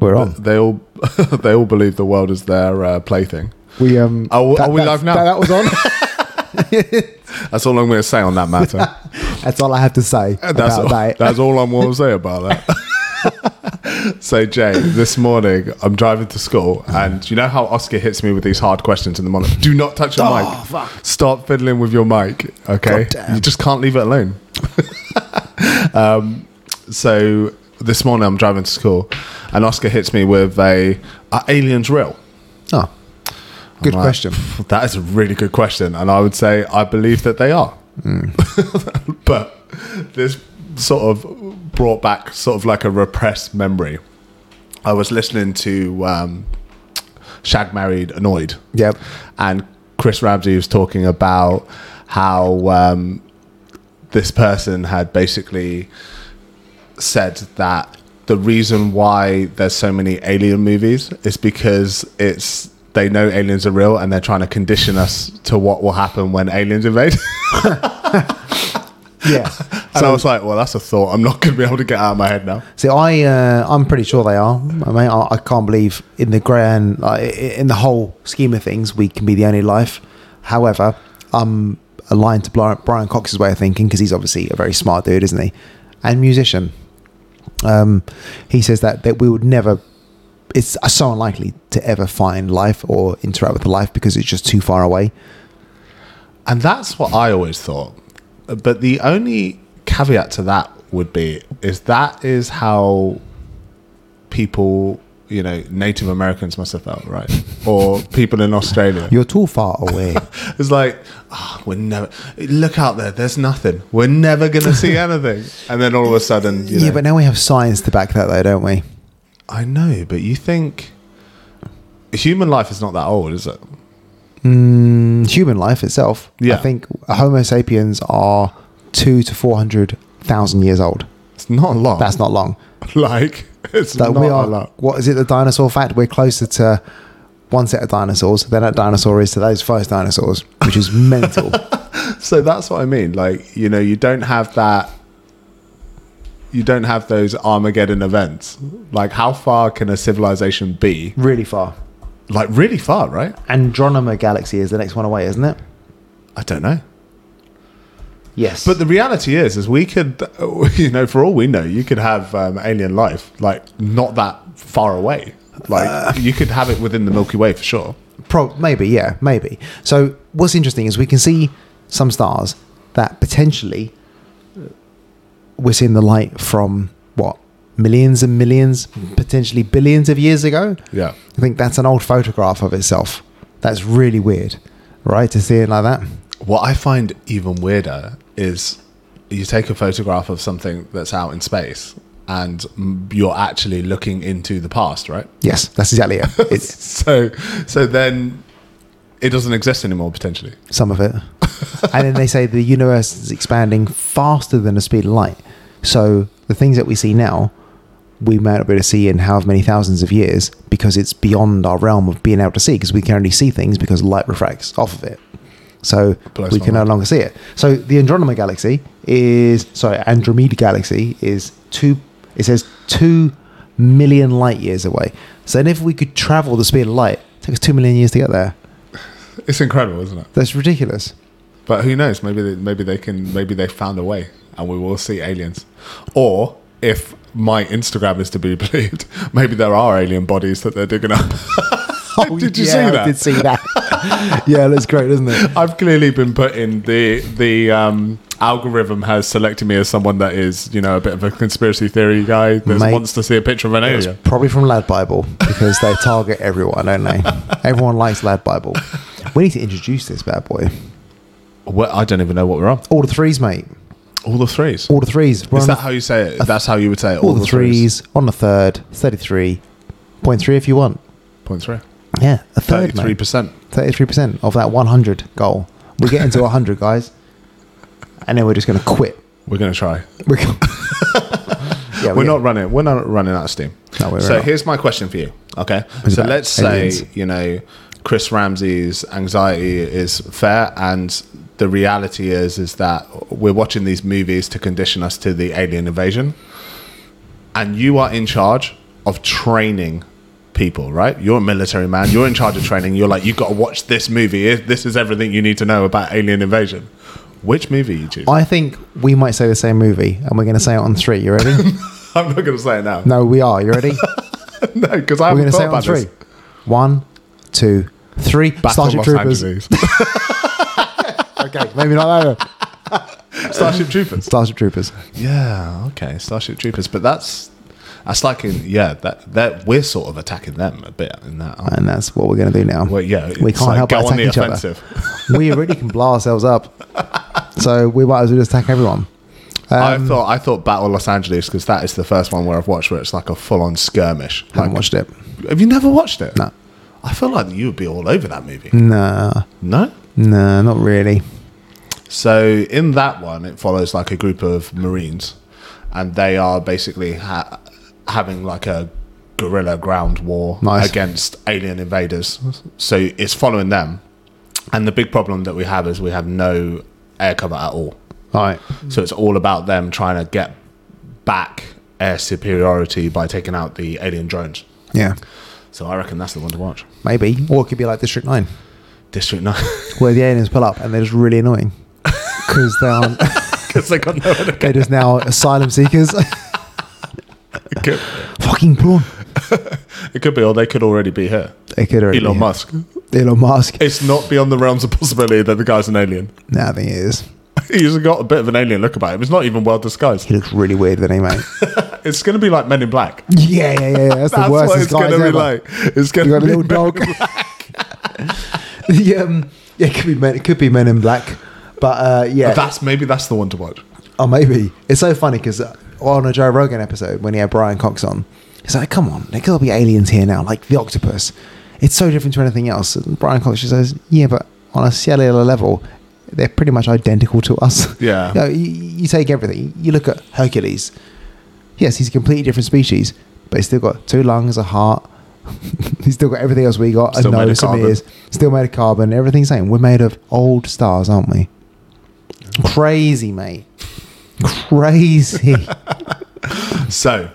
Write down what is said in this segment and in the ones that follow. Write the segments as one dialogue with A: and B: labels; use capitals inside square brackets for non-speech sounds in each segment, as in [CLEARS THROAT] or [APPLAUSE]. A: we're on.
B: They all [LAUGHS] they all believe the world is their uh, plaything.
A: We um.
B: Are, we- are we live now?
A: That, that was
B: [LAUGHS]
A: on.
B: That's all I'm going to say on that matter.
A: that's all I have to say [LAUGHS]
B: That's
A: about
B: all,
A: that.
B: that's all I'm going to say about that.
A: [LAUGHS]
B: so, Jay, this morning I'm driving to school, and you know how Oscar hits me with these hard questions in the morning. Do not touch your
A: Oh,
B: mic. Stop fiddling with your mic. Okay,
A: God damn.
B: you just can't leave it alone. [LAUGHS] um, so this morning I'm driving to school, and Oscar hits me with a "Are aliens real?"
A: Oh, good
B: I'm like,
A: question.
B: "Pff, [LAUGHS] That is a really good question, and I would say I believe that they are.
A: Hmm.
B: [LAUGHS] but this sort of brought back sort of like a repressed memory. I was listening to um, Shag Married Annoyed,
A: Yep.
B: and Chris Ramsey was talking about how um, this person had basically said that the reason why there's so many alien movies is because it's they know aliens are real and they're trying to condition us to what will happen when aliens invade. [LAUGHS]
A: Yeah.
B: and [LAUGHS] I was like, well, that's a thought. I'm not going to be able to get out of my head now.
A: See, I uh, I'm pretty sure they are. I mean, I, I can't believe in the grand, like, i- in the whole scheme of things, we can be the only life. However, I'm aligned to Brian, Brian Cox's way of thinking because he's obviously a very smart dude, isn't he? And musician. Um, he says that that we would never. It's so unlikely to ever find life or interact with life because it's just too far away.
B: And that's what I always thought. But the only caveat to that would be is that is how people, you know, Native Americans must have felt,
A: [LAUGHS]
B: right? Or people in Australia.
A: You're too far [LAUGHS] away.
B: It's like, ah, we're never look out there. There's nothing. We're never gonna
A: [LAUGHS]
B: see anything. And then all of a sudden, you know,
A: yeah, but now we have science to back that, though, don't we?
B: I know. But you think human life is not that old, is it?
A: in human life itself.
B: Yeah.
A: I think Homo sapiens are two to four hundred thousand years old.
B: It's not a lot.
A: That's not long.
B: [LAUGHS] like it's
A: That
B: not
A: we
B: a
A: are.
B: lot.
A: What is it? The dinosaur fact? We're closer to one set of dinosaurs than that dinosaur is to those first dinosaurs, which is [LAUGHS] mental.
B: So that's what I mean. Like, you know, you don't have that. You don't have those Armageddon events. Like, how far can a civilization be?
A: really far.
B: Like, really far, right?
A: Andromeda Galaxy is the next one away, isn't it?
B: I don't know.
A: Yes.
B: But the reality is, is we could, [LAUGHS] you know, for all we know, you could have um, alien life like not that far away. Like, you could have it within the Milky Way for sure.
A: Pro- maybe, yeah, maybe. So what's interesting is we can see some stars that potentially uh, we're seeing the light from what millions and millions, potentially billions of years ago.
B: Yeah.
A: I think that's an old photograph of itself. That's really weird, right? To see it like that.
B: What I find even weirder is you take a photograph of something that's out in space and mm, you're actually looking into the past, right? [LAUGHS]
A: Yes, that's exactly it. It's
B: So, so then it doesn't exist anymore potentially.
A: some
B: [LAUGHS]
A: of it, and then they say the universe is expanding faster than the speed of light. So the things that we see now, we may not be able to see in however many thousands of years because it's beyond our realm of being able to see because we can only see things because light refracts off of it. So
B: Blows
A: we
B: my
A: can no
B: mind.
A: longer see it. So the Andromeda Galaxy is sorry, Andromeda Galaxy is two. It says two million light years away. So then if we could travel the speed of light, it takes two million years to get there.
B: It's incredible, isn't it?
A: That's ridiculous.
B: But who knows? Maybe they, maybe they can. Maybe they found a way, and we will see aliens. Or if my Instagram is to be [LAUGHS] believed, maybe there are alien bodies that they're digging up. [LAUGHS]
A: [LAUGHS] Oh,
B: Did you
A: yeah,
B: see
A: I
B: that?
A: did see that. [LAUGHS] yeah, it looks great, doesn't
B: [LAUGHS]
A: it?
B: I've clearly been put in the the um, algorithm has selected me as someone that is you know a bit of a conspiracy theory guy that
A: Mate.
B: wants to see a picture of an
A: It's
B: alien.
A: probably from Lad Bible because they target everyone, don't [LAUGHS] they? Everyone likes Lad Bible. We need to introduce this bad boy.
B: Well, I don't even know what we're on.
A: All the threes, mate.
B: All the threes.
A: All the threes. We're
B: Is
A: on
B: that
A: the-
B: how you say it? That's how you would say it.
A: all the threes, on the third, 33.3 if you want.
B: Point three.
A: Yeah, a third,
B: Thirty-three
A: mate.
B: percent.
A: 33% of that 100 goal. We're getting to 100, guys. And then we're just going to quit.
B: We're gonna try.
A: We're, go- [LAUGHS] yeah,
B: We're not running. We're not running out of steam.
A: No, we're
B: so
A: not.
B: here's my question for you. Okay.
A: It's
B: so
A: about
B: let's say
A: aliens.
B: you know Chris Ramsey's anxiety is fair, and the reality is is that we're watching these movies to condition us to the alien invasion, and you are in charge of training people, right? You're a military man. You're in charge of training. You're like, you've got to watch this movie. If- This is everything you need to know about alien invasion. Which movie you choose?
A: I think we might say the same movie, and we're going to say it on three. You [LAUGHS] ready?
B: [LAUGHS] I'm not going to say it now.
A: no, we are. You
B: [LAUGHS]
A: ready?
B: No, because I
A: We're going
B: haven't
A: to say
B: thought
A: it on
B: about
A: three.
B: this.
A: One, two, three.
B: Battle of
A: Starship
B: Los
A: Troopers.
B: Angeles. [LAUGHS]
A: Okay, maybe not that. one.
B: Starship Troopers.
A: Starship Troopers.
B: Yeah, okay, Starship Troopers. But that's that's like in yeah that that we're sort of attacking them a bit in that. aren't
A: And that's what we're going to do now.
B: we? Well, yeah,
A: we
B: it's
A: can't
B: like
A: help
B: go
A: but
B: on
A: attack
B: the
A: each
B: offensive.
A: other. [LAUGHS] we really can blow ourselves up. So we might as well just attack everyone.
B: I
A: Um,
B: thought I thought Battle Los Angeles because that is the first one where I've watched where it's like a full on skirmish.
A: Haven't
B: Like,
A: watched it.
B: have you never watched it?
A: No. Mm.
B: I feel like you would be all over that movie.
A: Nah,
B: No.
A: nah, not really.
B: So in that one, it follows like a group of Marines, and they are basically ha- having like a guerrilla ground war
A: Nice.
B: against alien invaders. So it's following them, and the big problem that we have is we have no air cover at all.
A: All right.
B: So it's all about them trying to get back air superiority by taking out the alien drones.
A: Yeah,
B: So I reckon that's the one to watch.
A: maybe. Or it could be like District 9,
B: District Nine, [LAUGHS]
A: where the aliens pull up and they're just really annoying. Because they aren't,
B: because they got no one to
A: they're just now asylum seekers. [LAUGHS]
B: go.
A: Fucking prawn.
B: It could be, or they could already be here.
A: It could already
B: Elon
A: be.
B: Musk.
A: Elon Musk.
B: It's not beyond the realms of possibility that the guy's an alien. [LAUGHS]
A: Nah, I think it is.
B: He's got a bit of an alien look about him. It's not even well disguised.
A: He looks really weird, doesn't he,
B: [LAUGHS]
A: mate?
B: It's going to be like Men in Black.
A: yeah, yeah, yeah. That's, the
B: That's what it's
A: worst guy
B: going to be
A: ever.
B: like. It's going
A: You
B: to
A: got a
B: be
A: [LAUGHS] little
B: [LAUGHS]
A: dog. yeah, um, yeah, it could be men. It could be Men in Black, but uh, yeah,
B: That's maybe that's the one to watch.
A: or maybe it's so funny because on a Joe Rogan episode when he had Brian Cox on, he's like, "Come on, there gotta be aliens here now, like the octopus. It's so different to anything else." And Brian Cox just says, "Yeah, but on a cellular level." They're pretty much identical to us. [LAUGHS]
B: Yeah.
A: Um, You, know, you, you take everything. You look at Hercules. Yes, he's a completely different species, but he's still got two lungs, a heart. [LAUGHS] he's still got everything else we got. a
B: Still made of
A: nose, some
B: carbon.
A: ears. Still made of carbon. Everything's the same. We're made of old stars, aren't we? Crazy, mate.
B: [LAUGHS]
A: Crazy.
B: So,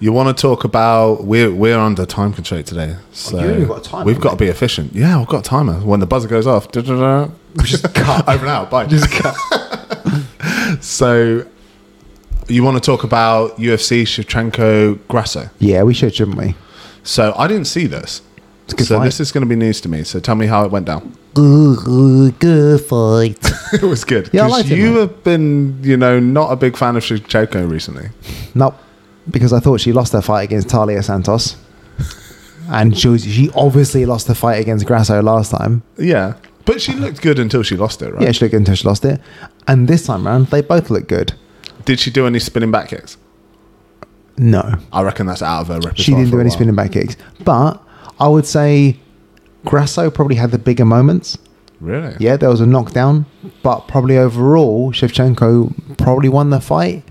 B: you want to talk about? We're we're under time constraint today. So
A: you've Oh, got a timer,
B: We've got to
A: mate.
B: be efficient. Yeah, I've got a timer. When the buzzer goes off, da-da-da,
A: Just cut.
B: over and out. Bye.
A: Just cut.
B: [LAUGHS] so, you want to talk about UFC Shevchenko Grasso?
A: Yeah, we should, shouldn't we?
B: So I didn't see this.
A: It's a good
B: so
A: fight.
B: this is going to be news to me. So tell me how it went down. [LAUGHS]
A: Good, good fight.
B: it was good.
A: Yeah, I
B: 'Cause
A: liked it,
B: you
A: mate.
B: have been, you know, not a big fan of Shevchenko recently.
A: Nope. Because I thought she lost her fight against Talia Santos. And she, was, she obviously lost the fight against Grasso last time.
B: Yeah, but she looked good until she lost it, right?
A: Yeah, she looked good until she lost it. And this time round, they both look good.
B: Did she do any spinning back kicks?
A: No.
B: I reckon that's out of her repertoire.
A: She didn't
B: for
A: do
B: a
A: any
B: while.
A: spinning back kicks. But I would say Grasso probably had the bigger moments.
B: Really?
A: Yeah, there was a knockdown, but probably overall, Shevchenko probably won the fight.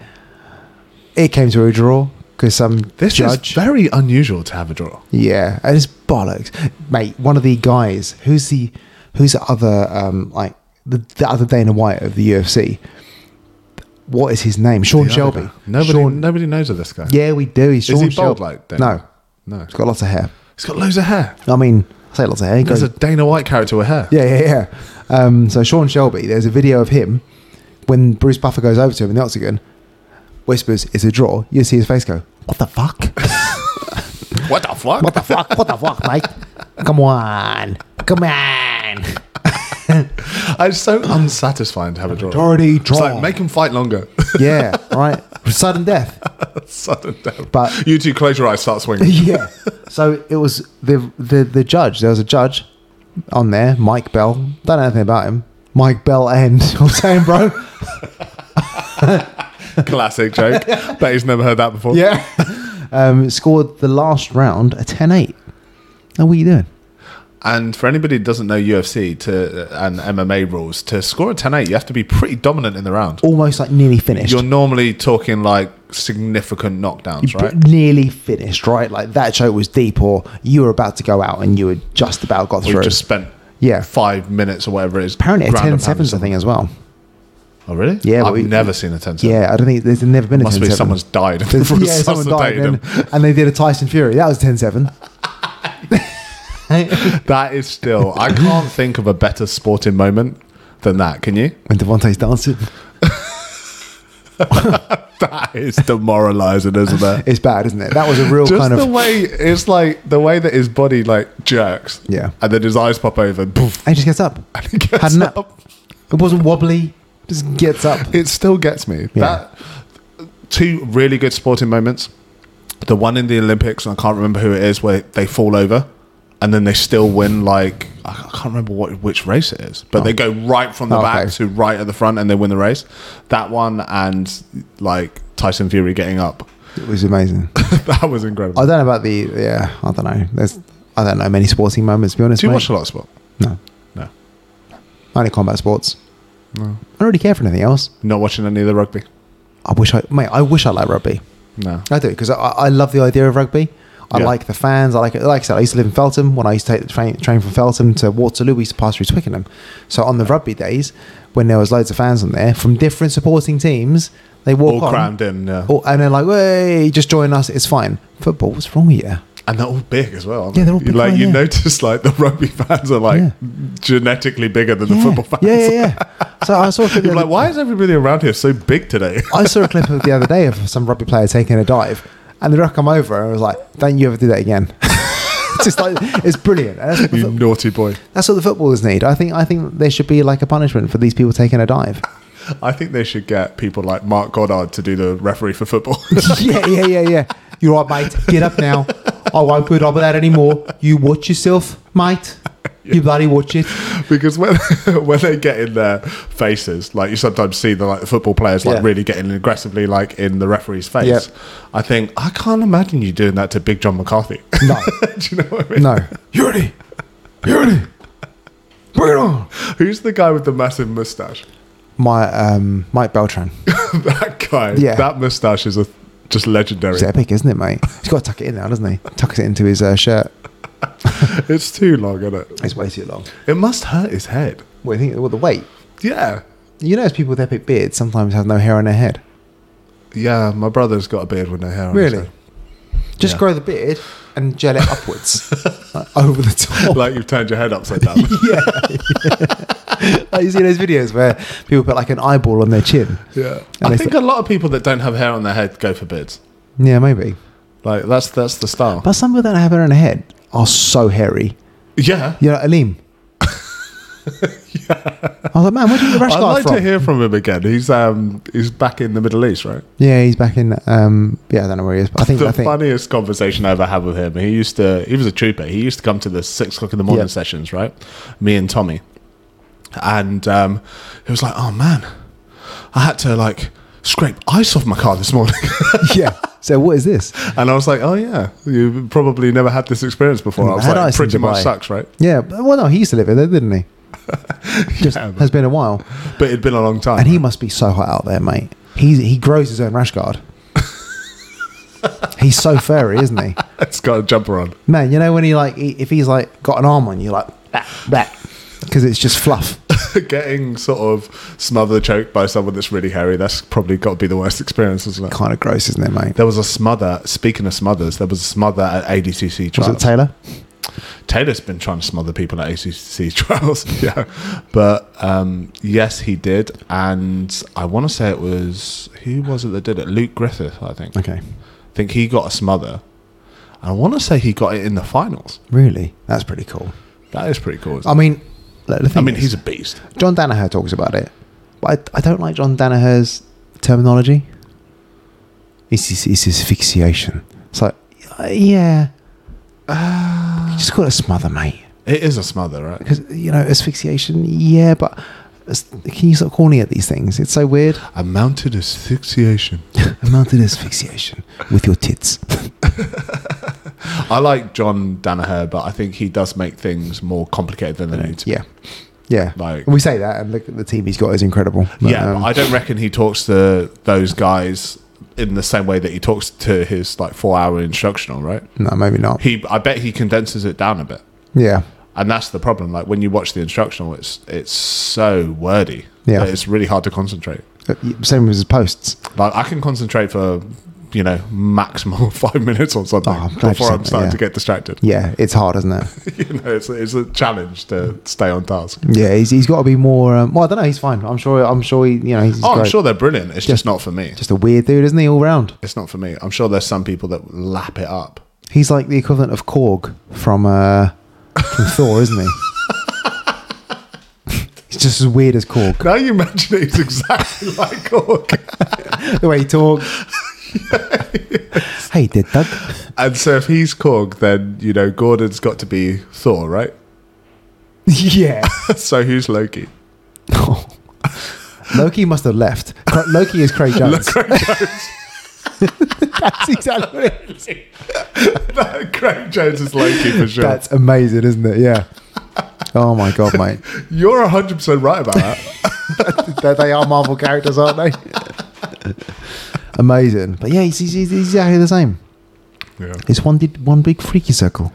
A: It came to a draw because some
B: This
A: judge.
B: is very unusual to have a draw.
A: yeah, and it's bollocks, mate. One of the guys, who's the, who's the other, um, like the, the other Dana White of the UFC. What is his name? Sean
B: The other
A: Shelby.
B: guy. Nobody,
A: Sean,
B: nobody knows of this guy.
A: yeah, we do. He's
B: Is
A: Sean
B: he bald
A: Shelby.
B: like Dana?
A: No,
B: No.
A: he's got lots of hair.
B: He's got loads of hair.
A: I mean, I say lots of hair. he
B: There's
A: goes-
B: a Dana White character with hair.
A: Yeah, yeah, yeah. Um, so Sean Shelby, there's a video of him when Bruce Buffer goes over to him in the octagon, whispers, "It's a draw." You see his face go, "What the fuck?
B: What the fuck?
A: What the fuck? What the fuck, mate? Come on, come on."
B: It's so unsatisfying to have a draw.
A: Already
B: It's
A: draw.
B: like make him fight longer.
A: [LAUGHS]
B: [LAUGHS]
A: yeah, right. Sudden death.
B: Sudden death.
A: But-
B: you two close your eyes, start
A: [LAUGHS]
B: swinging.
A: yeah. So it was the the the judge. There was a judge on there, Mike Bell. Don't know anything about him. Mike Bell and [LAUGHS] I'm saying, bro.
B: [LAUGHS]
A: [LAUGHS]
B: Classic joke. Bet he's never heard that before.
A: Yeah. [LAUGHS] um, scored the last round a 10-8. Now what are you doing?
B: And for anybody who doesn't know UFC to uh, and MMA rules, to score a 10-8, you have to be pretty dominant in the round.
A: almost like nearly finished.
B: You're normally talking like significant knockdowns,
A: But
B: right?
A: Nearly finished, right? Like that joke was deep, or you were about to go out and you had just about got
B: We
A: through.
B: just spent
A: Yeah.
B: five minutes or whatever it is.
A: Apparently, a
B: ground
A: 10
B: and pounding
A: sevens, I
B: someone.
A: think, as well.
B: Oh, really?
A: Yeah,
B: I've
A: well, we-
B: never seen a Ten-Seven.
A: Yeah, I don't think there's never been a
B: must
A: 10
B: be
A: [LAUGHS]
B: someone's died [LAUGHS] and resuscitated
A: and,
B: him.
A: and they did a Tyson Fury. That was 10
B: [LAUGHS]
A: 7. when
B: That is
A: [LAUGHS]
B: still. I can't think of a better sporting moment than that. Can you? [LAUGHS]
A: Devontae's dancing,
B: That is demoralising, isn't it?
A: it's bad, isn't it? That was a real
B: Just
A: kind
B: the
A: of.
B: way it's like the way that his body like jerks.
A: Yeah.
B: and then his eyes pop over. And poof, [LAUGHS]
A: and he just gets up.
B: and he gets
A: Had a nap.
B: up.
A: It wasn't wobbly, just gets up.
B: It still gets me.
A: Yeah.
B: That two really good sporting moments. The one in the Olympics, and I can't remember who it is, where they fall over, and then they still win. Like I I can't remember what which race it is, but they go right from the
A: Oh,
B: back
A: okay.
B: to right at the front, and they win the race. That one and like Tyson Fury getting up, [LAUGHS]
A: It was amazing.
B: that was incredible.
A: I don't know about the. Yeah, I don't know. There's. I don't know many sporting moments, to be honest.
B: Do you
A: mate.
B: watch a lot of sport?
A: No.
B: No.
A: Only combat sports.
B: No.
A: I don't really care for anything else.
B: Not watching any of the rugby.
A: I wish I, mate, I wish I liked rugby.
B: No.
A: I do because I, I love the idea of rugby. I
B: Yeah.
A: like the fans. I like it. Like I said, I used to live in Feltham. When I used to take the train, train from Feltham to Waterloo, we used to pass through Twickenham. So on the rugby days, when there was loads of fans on there from different supporting teams, they walk
B: All
A: on,
B: crammed in, yeah.
A: All- and they're like, "Hey, just join us. It's fine." Football, what's wrong with you?
B: and they're all big as well. aren't
A: Yeah,
B: they?
A: they're all
B: You,
A: big,
B: Like
A: right,
B: you
A: yeah.
B: notice, like the [LAUGHS] rugby fans are like
A: Yeah.
B: genetically bigger than the
A: yeah.
B: football fans.
A: yeah, yeah, yeah. so I
B: [LAUGHS]
A: saw a clip. the
B: You're
A: other-
B: like, why is everybody around here so big today? [LAUGHS]
A: I saw a clip of the other day of some rugby player taking a dive, and the ref come over and was like, "Don't you ever do that again." [LAUGHS] just like it's brilliant. And that's what the
B: you naughty boy.
A: That's what the footballers need. I think. I think there should be like a punishment for these people taking a dive.
B: I think they should get people like Mark Goddard to do the referee for football.
A: [LAUGHS]
B: [LAUGHS]
A: yeah, yeah, yeah, yeah. You're right, mate. Get up now. I won't put up with that anymore. You watch yourself, mate. You bloody watch it.
B: because when [LAUGHS] when they get in their faces, like you sometimes see the like the football players like
A: Yeah.
B: really getting aggressively like in the referee's face.
A: Yep.
B: I think I can't imagine you doing that to Big John McCarthy. [LAUGHS]
A: No,
B: do you know what I mean?
A: no. You ready? You ready? Bring it on.
B: Who's the guy with the massive mustache?
A: My um, Mike Beltran.
B: [LAUGHS] that guy,
A: Yeah.
B: that mustache is a, just legendary.
A: It's epic, isn't it, mate? He's got to tuck it in now, doesn't he? Tucks it into his uh, shirt.
B: It's too long, isn't it?
A: It's way too long.
B: It must hurt his head.
A: What do you think? Well, the weight.
B: Yeah.
A: You notice people with epic beards sometimes have no hair on their head.
B: Yeah, my brother's got a beard with no hair on his
A: Really?
B: head.
A: Just
B: Yeah.
A: grow the beard and gel it upwards, [LAUGHS] like, over the top.
B: Like you've turned your head upside down.
A: [LAUGHS]
B: [LAUGHS]
A: yeah. like you see those videos where people put like an eyeball on their chin.
B: yeah.
A: And
B: I
A: they
B: think a lot of people that don't have hair on their head go for beards.
A: Yeah, maybe.
B: Like that's that's the style.
A: But some people that have hair on their head are so hairy.
B: yeah.
A: You know, Aleem. [LAUGHS] I was like, man, where do you get the rash
B: I'd
A: guard
B: like
A: from?
B: to hear from him again. He's um he's back in the Middle East, right?
A: yeah, he's back in. Um, yeah, I don't know where he is, but I think
B: the
A: I think
B: funniest conversation I ever had with him. He used to he was a trooper. He used to come to the six o'clock in the morning
A: Yeah.
B: sessions, right? Me and Tommy. And um he was like, Oh man, I had to like scrape ice off my car this morning.
A: [LAUGHS]
B: [LAUGHS]
A: yeah. So what is this?
B: and I was like, Oh yeah, you probably never had this experience before. I was
A: Had
B: like,
A: ice in
B: pretty much
A: Dubai.
B: sucks, right?
A: Yeah, but- well, no, he used to live in there, didn't
B: [LAUGHS]
A: he? Just
B: Yeah, but-
A: has been a while,
B: But it'd been a long time.
A: and he must be so hot out there, mate. He's, he grows his own rash
B: [LAUGHS]
A: guard. he's so furry, isn't he?
B: it's got a jumper on. [LAUGHS]
A: Man, you know when he like he, if he's like got an arm on you like that that because it's just fluff.
B: Getting sort of smothered choked by someone that's really hairy, that's probably gotta be the worst experience, isn't it?
A: kind of gross, isn't it, mate?
B: There was a smother. Speaking of smothers, there was a smother at ADCC
A: Was
B: trials.
A: it Taylor?
B: Taylor's been trying to smother people at ACC [LAUGHS] trials. yeah. But um, yes, he did. And I want to say it was, who was it that did it? Luke Griffith, I think.
A: Okay,
B: I think he got a smother. And I want to say he got it in the finals.
A: really, that's pretty cool.
B: That is pretty cool. isn't
A: I
B: it?
A: mean, look, the
B: I
A: thing
B: mean,
A: is,
B: he's a beast.
A: John Danaher talks about it, but I, I don't like John Danaher's terminology. It's his, it's his asphyxiation. It's like, uh, yeah, you just call it a smother, mate.
B: It is a smother, right?
A: Because you know asphyxiation, yeah, but as- can you stop calling it these things? It's so weird.
B: A mounted asphyxiation.
A: [LAUGHS] Amounted asphyxiation with your tits.
B: I like John Danaher, but I think he does make things more complicated than they need to be.
A: Yeah. Yeah.
B: Like-
A: we say that and look at the team he's got is incredible. But,
B: yeah,
A: um,
B: but I don't reckon he talks to those guys in the same way that he talks to his like four hour instructional, right?
A: no, maybe not.
B: He I bet he condenses it down a bit.
A: Yeah.
B: and that's the problem. Like when you watch the instructional, it's it's so wordy.
A: Yeah.
B: that it's really hard to concentrate.
A: Uh, Same as his posts.
B: Like I can concentrate for you know maximum [LAUGHS] five minutes or something
A: Oh, I'm glad you
B: before
A: said
B: I'm
A: that,
B: starting
A: yeah.
B: to get distracted. [LAUGHS]
A: Yeah, it's hard, isn't it?
B: you know, it's it's a challenge to stay on task.
A: Yeah, he's, he's got to be more. Um, well, I don't know. He's fine. I'm sure. I'm sure. He, you know, he's
B: Oh, I'm
A: great.
B: sure they're brilliant. It's just, not for me.
A: Just a weird dude, isn't he? All round.
B: It's not for me. I'm sure there's some people that lap it up.
A: He's like the equivalent of Korg from uh,
B: [LAUGHS]
A: from Thor, isn't he? He's just as weird as Korg.
B: Now you mention it, it's exactly [LAUGHS] like Orc.
A: The way he
B: [LAUGHS]
A: talks. hey, did Doug?
B: And so if he's Korg, then you know Gordon's got to be Thor, right? [LAUGHS]
A: yeah.
B: so who's [LAUGHS] Loki?
A: [LAUGHS] Loki must have left. Cra- [LAUGHS] Loki is Craig Jones. [LAUGHS] That's exactly what it is.
B: Craig Jones is Loki for sure.
A: That's amazing, isn't it? Yeah. Oh my god, mate.
B: You're 100 percent right about that.
A: [LAUGHS] they, they are Marvel characters, aren't they? amazing. But yeah, he's, he's, he's exactly the same.
B: yeah.
A: It's one did one big freaky circle.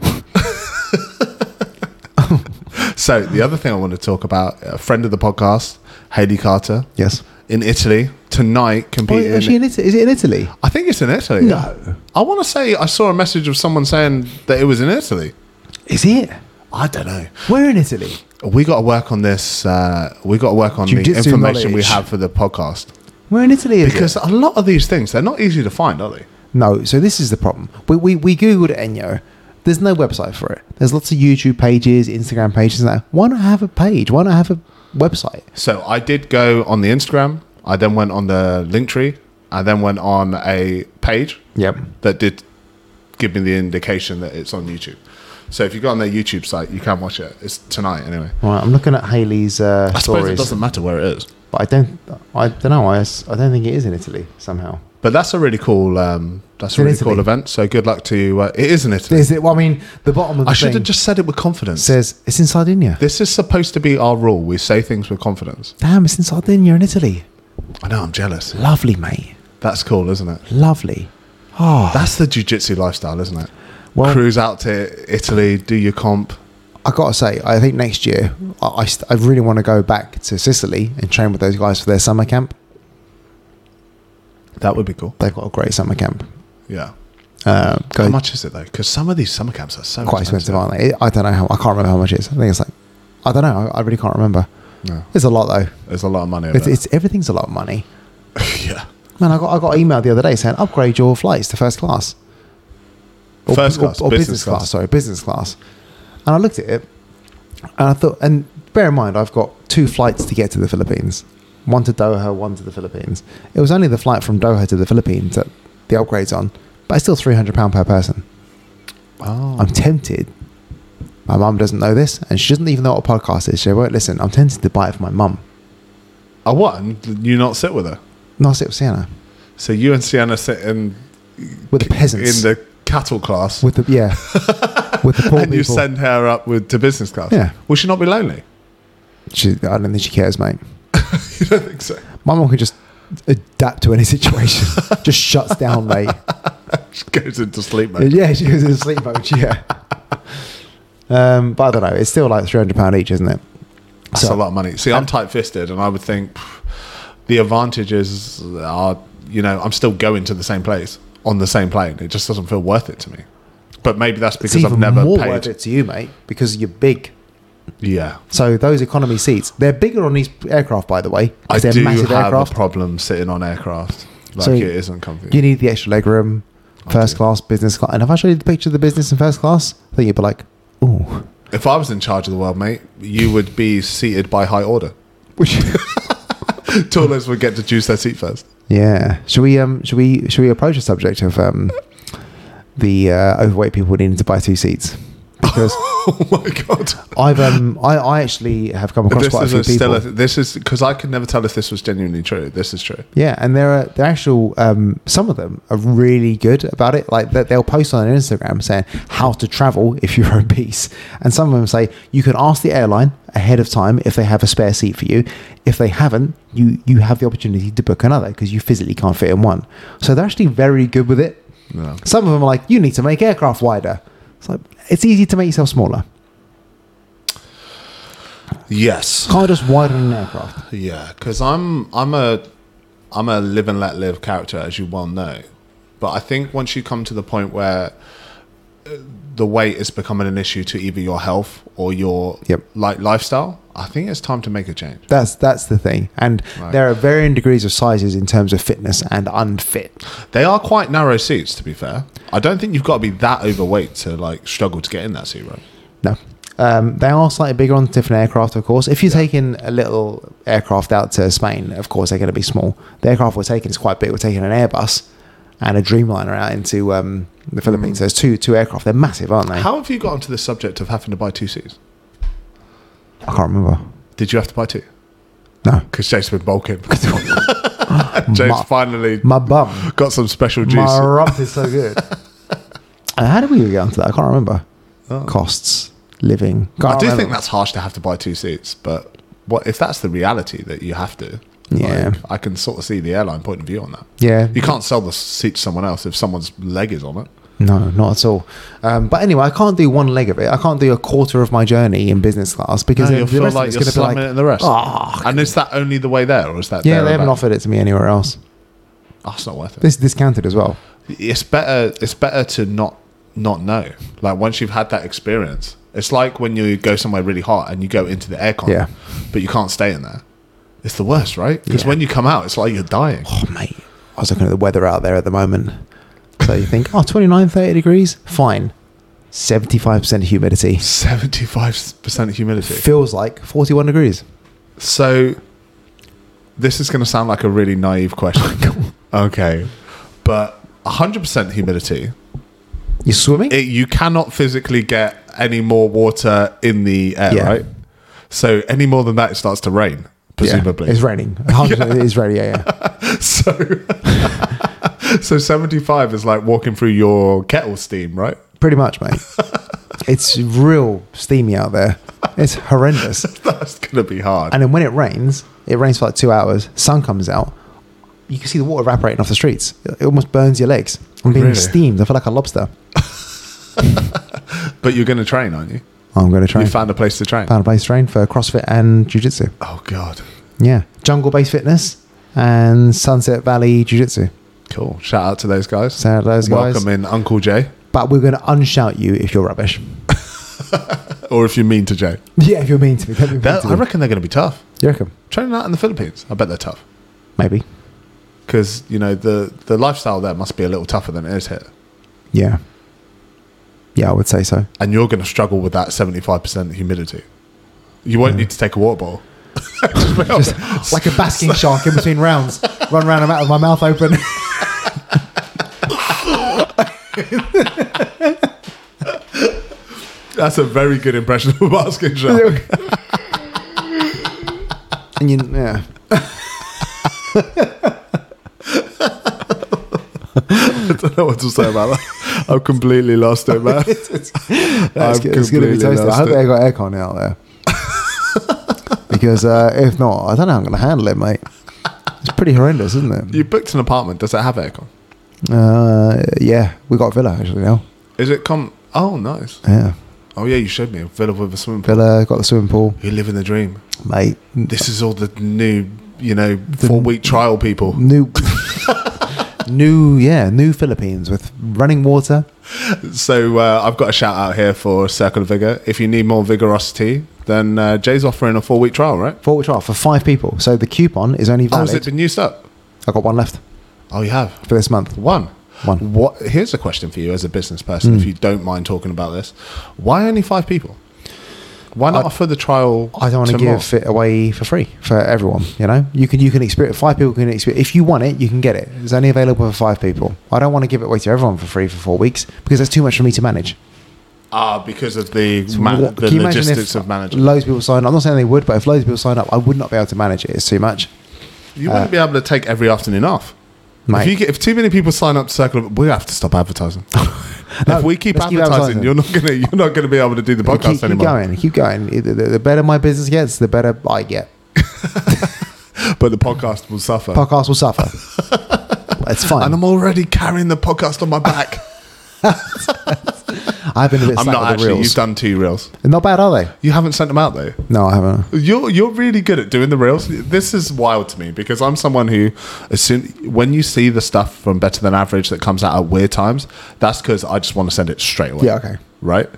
B: So the other thing I want to talk about, a friend of the podcast, Haley Carter,
A: Yes.
B: in Italy tonight
A: Well,
B: competing.
A: actually, Oh, in Italy, is it in Italy?
B: I think it's in Italy.
A: No.
B: I want to say I saw a message of someone saying that it was in Italy.
A: Is it?
B: I don't know.
A: We're in Italy.
B: We got to work on this. Uh, we got to work on the
A: Jiu-jitsu
B: information we
A: knowledge.
B: have for the podcast
A: We're in Italy. is it?
B: because a lot of these things they're not easy to find, are they?
A: no, so this is the problem. We we, we googled Enyo. There's no website for it. There's lots of YouTube pages, Instagram pages. Now, why not have a page? Why not have a website?
B: So I did go on the Instagram. I then went on the Linktree. I then went on a page
A: Yep.
B: that did give me the indication that it's on YouTube. So if you go on their YouTube site, you can watch it. It's tonight anyway.
A: All right, I'm looking at Haley's uh,
B: I suppose it
A: stories,
B: doesn't matter where it is.
A: but I don't, I don't know. I, s- I don't think it is in Italy somehow.
B: But that's a really cool. Um, that's a
A: In
B: really
A: Italy.
B: cool event. So good luck to. Uh, it is in Italy.
A: Is it? Well, I mean, the bottom of the
B: I should
A: thing
B: have just said it with confidence.
A: says it's in Sardinia.
B: This is supposed to be our rule. We say things with confidence.
A: Damn, it's in Sardinia in Italy.
B: I know. I'm jealous.
A: Lovely, mate.
B: That's cool, isn't it?
A: Lovely. Oh,
B: That's the jujitsu lifestyle, isn't it?
A: Well-
B: Cruise out to Italy, do your comp.
A: I gotta say, I think next year I, I, st- I really want to go back to Sicily and train with those guys for their summer camp.
B: That would be cool.
A: They've got a great summer camp.
B: Yeah.
A: Uh, go
B: How much is it though? Because some of these summer camps are so
A: quite expensive, aren't they? I don't know how. I can't remember how much it is. I think it's like, I don't know. I, I really can't remember.
B: No,
A: It's a lot though.
B: there's a lot of money.
A: It's,
B: It's,
A: it's everything's a lot of money.
B: [LAUGHS] yeah.
A: Man, I got I got an email the other day saying upgrade your flights to first class.
B: First class, business class.
A: Sorry, business class. And I looked at it, and I thought, and bear in mind, I've got two flights to get to the Philippines, one to Doha, one to the Philippines. It was only the flight from Doha to the Philippines that the upgrade's on, but it's still three hundred pound per person.
B: Oh.
A: I'm tempted. My mum doesn't know this, and she doesn't even know what a podcast is. She won't listen. I'm tempted to buy it for my mum.
B: I what? And you not sit with her?
A: No, I sit with Sienna
B: So you and Sienna sit in
A: with the peasants
B: in the cattle class,
A: with the
B: [LAUGHS]
A: yeah with the poor
B: and
A: people.
B: you send her up with to business class.
A: Yeah.
B: Will she not be lonely? [LAUGHS]
A: She, I don't think she cares, mate.
B: you don't think so?
A: My mum can just adapt to any
B: [LAUGHS]
A: situation. just shuts down, mate.
B: She goes into sleep mode.
A: yeah, she was in sleep mode. Yeah. Um, but I don't know. It's still like three hundred pound each, isn't it?
B: That's a lot of money. See, I'm tight fisted, and I would think pff, the advantages are, you know, I'm still going to the same place on the same plane. It just doesn't feel worth it to me. But maybe that's
A: It's
B: because I've
A: even
B: never
A: more
B: paid.
A: worth it to you, mate, because you're big.
B: Yeah.
A: So those economy seats, they're bigger on these aircraft, by the way. 'cause
B: I
A: they're
B: do have a problem sitting on aircraft. Like
A: So
B: it isn't comfy.
A: you need the extra leg room, first class, business class. And if I showed you the picture of the business and first class, I think you'd be like,
B: [LAUGHS]
A: ooh.
B: if I was in charge of the world, mate, you would be seated by high order. [LAUGHS]
A: Which
B: Toilers would get to choose their seat first. [LAUGHS]
A: Yeah. Should we um should we should we approach the subject of um the uh, overweight people needing to buy two seats?
B: [LAUGHS]
A: Because
B: oh my god!
A: I've um I, I actually have come across
B: This
A: quite a
B: is
A: few
B: a
A: people.
B: still a, this is because I could never tell if this was genuinely true. This is true.
A: yeah, and there are the actual um some of them are really good about it. Like that they'll post on Instagram saying how to travel if you're [LAUGHS] obese, and some of them say you can ask the airline ahead of time if they have a spare seat for you. If they haven't, you you have the opportunity to book another because you physically can't fit in one. So they're actually very good with it.
B: No.
A: Some of them are like, you need to make aircraft wider. It's like, it's easy to make yourself smaller.
B: Yes.
A: Can't just widen an aircraft.
B: Yeah, because I'm I'm a I'm a live and let live character, as you well know. But I think once you come to the point where uh, the weight is becoming an issue to either your health or your
A: Yep.
B: like lifestyle, I think it's time to make a change.
A: That's that's the thing. And
B: Right.
A: there are varying degrees of sizes in terms of fitness and unfit.
B: They are quite narrow seats, to be fair. I don't think you've got to be that overweight to like struggle to get in that seat, right?
A: No. Um, they are slightly bigger on different aircraft, of course. If you're taking a little aircraft out to Spain, of course they're going to be small. The aircraft we're taking is quite big. We're taking an Airbus and a Dreamliner out into um, the Philippines. So there's two two aircraft. They're massive, aren't they?
B: Mm. How have you got onto the subject of having to buy two seats?
A: I can't remember.
B: Did you have to buy two?
A: No.
B: Because Jake's
A: [LAUGHS]
B: been bulking. [LAUGHS] Jake's
A: My-
B: finally
A: My
B: [LAUGHS]
A: bum.
B: got some special juice.
A: My rump is so
B: [LAUGHS]
A: good. Uh, how did we get onto that? I can't remember.
B: Oh.
A: Costs, living. Can't
B: I do
A: remember.
B: think that's harsh to have to buy two seats, but what if that's the reality that you have to?
A: Yeah.
B: like, I can sort of see the airline point of view on that.
A: Yeah.
B: You can't sell the seat to someone else if someone's leg is on it.
A: No, not at all. Um, but anyway, I can't do one leg of it. I can't do a quarter of my journey in business class because
B: No,
A: then
B: you'll
A: the
B: feel
A: rest of
B: like
A: it's
B: you're
A: going to be
B: slamming it
A: like,
B: in the rest.
A: oh,
B: And is that only the way there, or is that
A: yeah,
B: there
A: they haven't
B: about-
A: offered it to me anywhere else.
B: Oh, it's not worth it.
A: This is discounted as well.
B: it's better it's better to not not know like once you've had that experience it's like when you go somewhere really hot and you go into the aircon
A: Yeah.
B: but you can't stay in there it's the worst right because
A: Yeah.
B: when you come out it's like you're dying [LAUGHS]
A: Oh, mate, I was looking at the weather out there at the moment. So you think, oh, 29, 30 degrees? Fine. 75% humidity.
B: 75% humidity
A: Feels like 41 degrees.
B: so this is going to sound like a really
A: [LAUGHS]
B: naive question okay but 100% humidity
A: You're swimming?
B: it, you cannot physically get any more water in the air,
A: Yeah.
B: right? So any more than that, it starts to rain,
A: [LAUGHS] Yeah.
B: presumably.
A: It's raining. 100% It is raining, yeah, yeah.
B: [LAUGHS] so, [LAUGHS] so seventy-five is like walking through your kettle steam, right? [LAUGHS]
A: Pretty much, [LAUGHS] mate. it's real steamy out there. It's horrendous.
B: That's gonna be hard.
A: And then when it rains, it rains for like two hours, sun comes out, you can see the water evaporating off the streets. It almost burns your legs. I'm being
B: Really?
A: steamed. I feel like a lobster.
B: but you're gonna train, aren't you?
A: I'm going to train.
B: You found a place to train.
A: Found a base train for CrossFit and Jiu Jitsu.
B: oh god,
A: Yeah. Jungle based fitness and Sunset Valley Jiu Jitsu.
B: cool! Shout out to those guys.
A: Shout out to those guys.
B: Welcome in Uncle Jay,
A: But we're going to unshout you if you're rubbish. [LAUGHS]
B: or if you mean to Jay.
A: Yeah, if you're mean to me. Don't be mean
B: They're-
A: to
B: I
A: me.
B: reckon they're gonna be tough.
A: you reckon?
B: Training out in the Philippines, I bet they're tough
A: Maybe.
B: because you know the the lifestyle there must be a little tougher than it is here.
A: Yeah. Yeah, I would say
B: [LAUGHS]
A: so.
B: and you're going to struggle with that 75% humidity. You won't need to take a water bottle. [LAUGHS]
A: Just like a basking shark in between rounds. Run round and out with my mouth open.
B: That's a very good impression of a
A: [LAUGHS]
B: basking shark.
A: and you, yeah.
B: I don't know what to say about that. I've completely lost it,
A: [LAUGHS]
B: man.
A: That's
B: I've
A: good. It's going to be
B: completely
A: toasted. I
B: lost
A: hope
B: it.
A: they got aircon out
B: [LAUGHS]
A: there. because uh, if not, I don't know how I'm going to handle it, mate. It's pretty horrendous, isn't it?
B: You booked an apartment. Does it have aircon?
A: Uh, yeah, we got a villa actually now.
B: Is it com? Oh, nice.
A: Yeah,
B: Oh, yeah, you showed me a villa with a swimming pool.
A: villa got the swimming pool,
B: You're living the dream.
A: mate.
B: This is all the new, you know, four week trial people.
A: New, new, yeah, new Philippines with running water.
B: So uh, I've got a shout out here for Circle of Vigor. If you need more vigorosity, then uh, Jay's offering a four week trial, right?
A: Four which are for five people. So the coupon is only
B: Oh,
A: valid.
B: has it been used up?
A: I got one left
B: Oh, you have.
A: for this month.
B: One.
A: One. Hmm.
B: What? Here's a question for you as a business person, if you don't mind talking about this. Why only five people? Why not offer the trial?
A: I don't want to give it away for free for everyone. You know, you can you can experience five people can experience if you want it, you can get it. It's only available for five people. I don't want to give it away to everyone for free for four weeks because that's too much for me to manage.
B: Ah, because of the
A: What-
B: man-
A: can
B: the
A: you imagine if
B: logistics of management.
A: Loads of people sign up. I'm not saying they would, but if loads of people sign up, I would not be able to manage it. It's too much.
B: you wouldn't be able to take every afternoon off.
A: Mate.
B: If, you get, if too many people sign up to Circle, of- we have to stop
A: [LAUGHS]
B: advertising. if we keep
A: let's
B: advertising,
A: keep advertising.
B: you're not gonna you're not gonna be able to do the podcast
A: keep, keep
B: anymore.
A: going, keep going. Either The, the better my business gets, the better I get.
B: But the podcast will suffer.
A: Podcast will
B: [LAUGHS]
A: suffer. it's fine. [LAUGHS]
B: and I'm already carrying the podcast on my back.
A: I've been a bit slack with
B: I'm not
A: the
B: actually.
A: reels.
B: You've done two reels.
A: not bad, are they?
B: You haven't sent them out though.
A: No, I haven't.
B: You're you're really good at doing the reels. This is wild to me because I'm someone who, as soon when you see the stuff from Better Than Average that comes out at weird times, that's because I just want to send it straight away.
A: Yeah, okay.
B: right.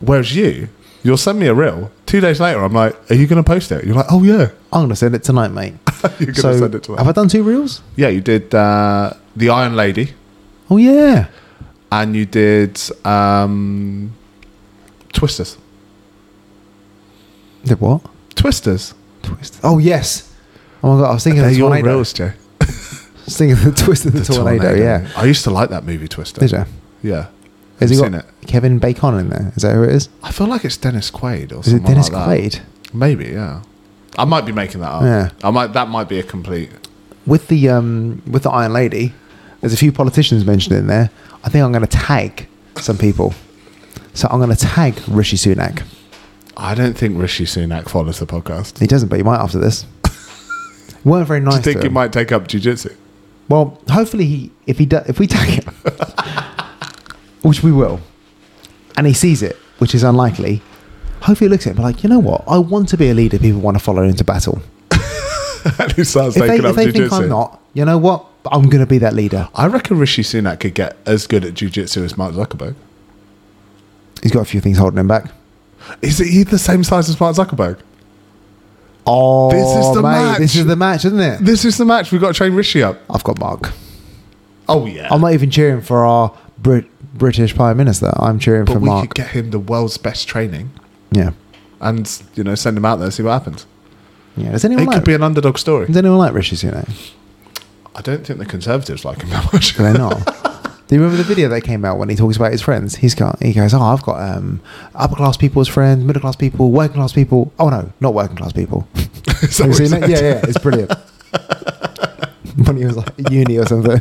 B: Whereas you, you'll send me a reel two days later. I'm like, are you going to post it? You're like, oh yeah, [LAUGHS]
A: I'm going to send it tonight, mate.
B: you're going to
A: so,
B: send it to
A: have
B: us.
A: I done two reels?
B: Yeah, you did uh, the Iron Lady,
A: Oh yeah.
B: and you did um, Twisters.
A: Did what?
B: Twisters.
A: Twist. Oh yes. Oh my god, I was thinking
B: They're
A: of the
B: your
A: tornado. I
B: reels, Jay.
A: was thinking of the [LAUGHS] twist of the, tornado, Yeah.
B: I used to like that movie, Twister.
A: Did you?
B: Yeah.
A: Has he
B: I've
A: got
B: seen it.
A: Kevin Bacon in there? Is that who it is?
B: I feel like it's Dennis Quaid or
A: Is
B: something
A: it Dennis
B: like that.
A: Quaid?
B: Maybe, yeah. I might be making that up.
A: Yeah.
B: I might that might be a complete
A: With the um with the Iron Lady, there's a few politicians mentioned in there. I think I'm gonna tag some people. So I'm gonna tag Rishi Sunak.
B: I don't think Rishi Sunak follows the podcast.
A: He doesn't, but he might after this. [LAUGHS] weren't very
B: Do
A: nice.
B: you think
A: to
B: he
A: him.
B: might take up jujitsu?
A: Well, hopefully he if he do, if we tag him, [LAUGHS] which we will, and he sees it, which is unlikely. Hopefully he looks at it and be like, you know what? I want to be a leader. People want to follow into battle.
B: [LAUGHS] and he starts
A: If they,
B: taking
A: if
B: up
A: they think I'm
B: jujitsu.
A: not, you know what? I'm going to be that leader.
B: I reckon Rishi Sunak could get as good at jujitsu as Mark Zuckerberg.
A: He's got a few things holding him back.
B: Is he the same size as Mark Zuckerberg?
A: Oh,
B: This is the
A: mate,
B: match.
A: this is the match, isn't it?
B: This is the match. We've got to train Rishi up.
A: I've got Mark.
B: Oh yeah.
A: I'm not even cheering for our Brit- British Prime Minister. I'm cheering
B: but
A: for
B: we
A: Mark.
B: could get him the world's best training
A: yeah,
B: and you know send him out there see what happens.
A: yeah. Does anyone
B: It
A: like?
B: could be an underdog story.
A: does anyone like Rishi Sunak?
B: I don't think the Conservatives like him that much.
A: Do they not? [LAUGHS] Do you remember the video that came out when he talks about his friends? He's got, he goes, oh, I've got um, upper class people as friends, middle class people, working class people. Oh no, not working class people.
B: [LAUGHS] [LAUGHS] Is that
A: Have you
B: what
A: seen
B: he
A: it?
B: said?
A: Yeah, yeah, it's brilliant.
B: [LAUGHS]
A: when he was like at uni or
B: [LAUGHS]
A: something.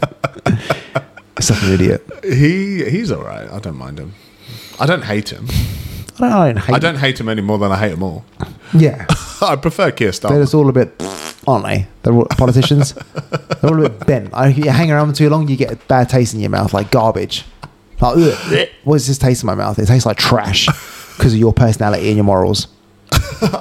A: Such an idiot.
B: He he's all right. I don't mind him. I don't hate him.
A: I don't, I don't hate.
B: I don't hate him any more than I hate them all. [LAUGHS]
A: Yeah,
B: I prefer Keir
A: they're
B: Starmer.
A: just all a bit, aren't they? They're all politicians. They're all a
B: [LAUGHS]
A: bit bent. I, you hang around too long, you get a bad taste in your mouth, like garbage. Like,
B: [LAUGHS]
A: ugh, what does this taste in my mouth? It tastes like trash because of your personality and your morals.
B: [LAUGHS]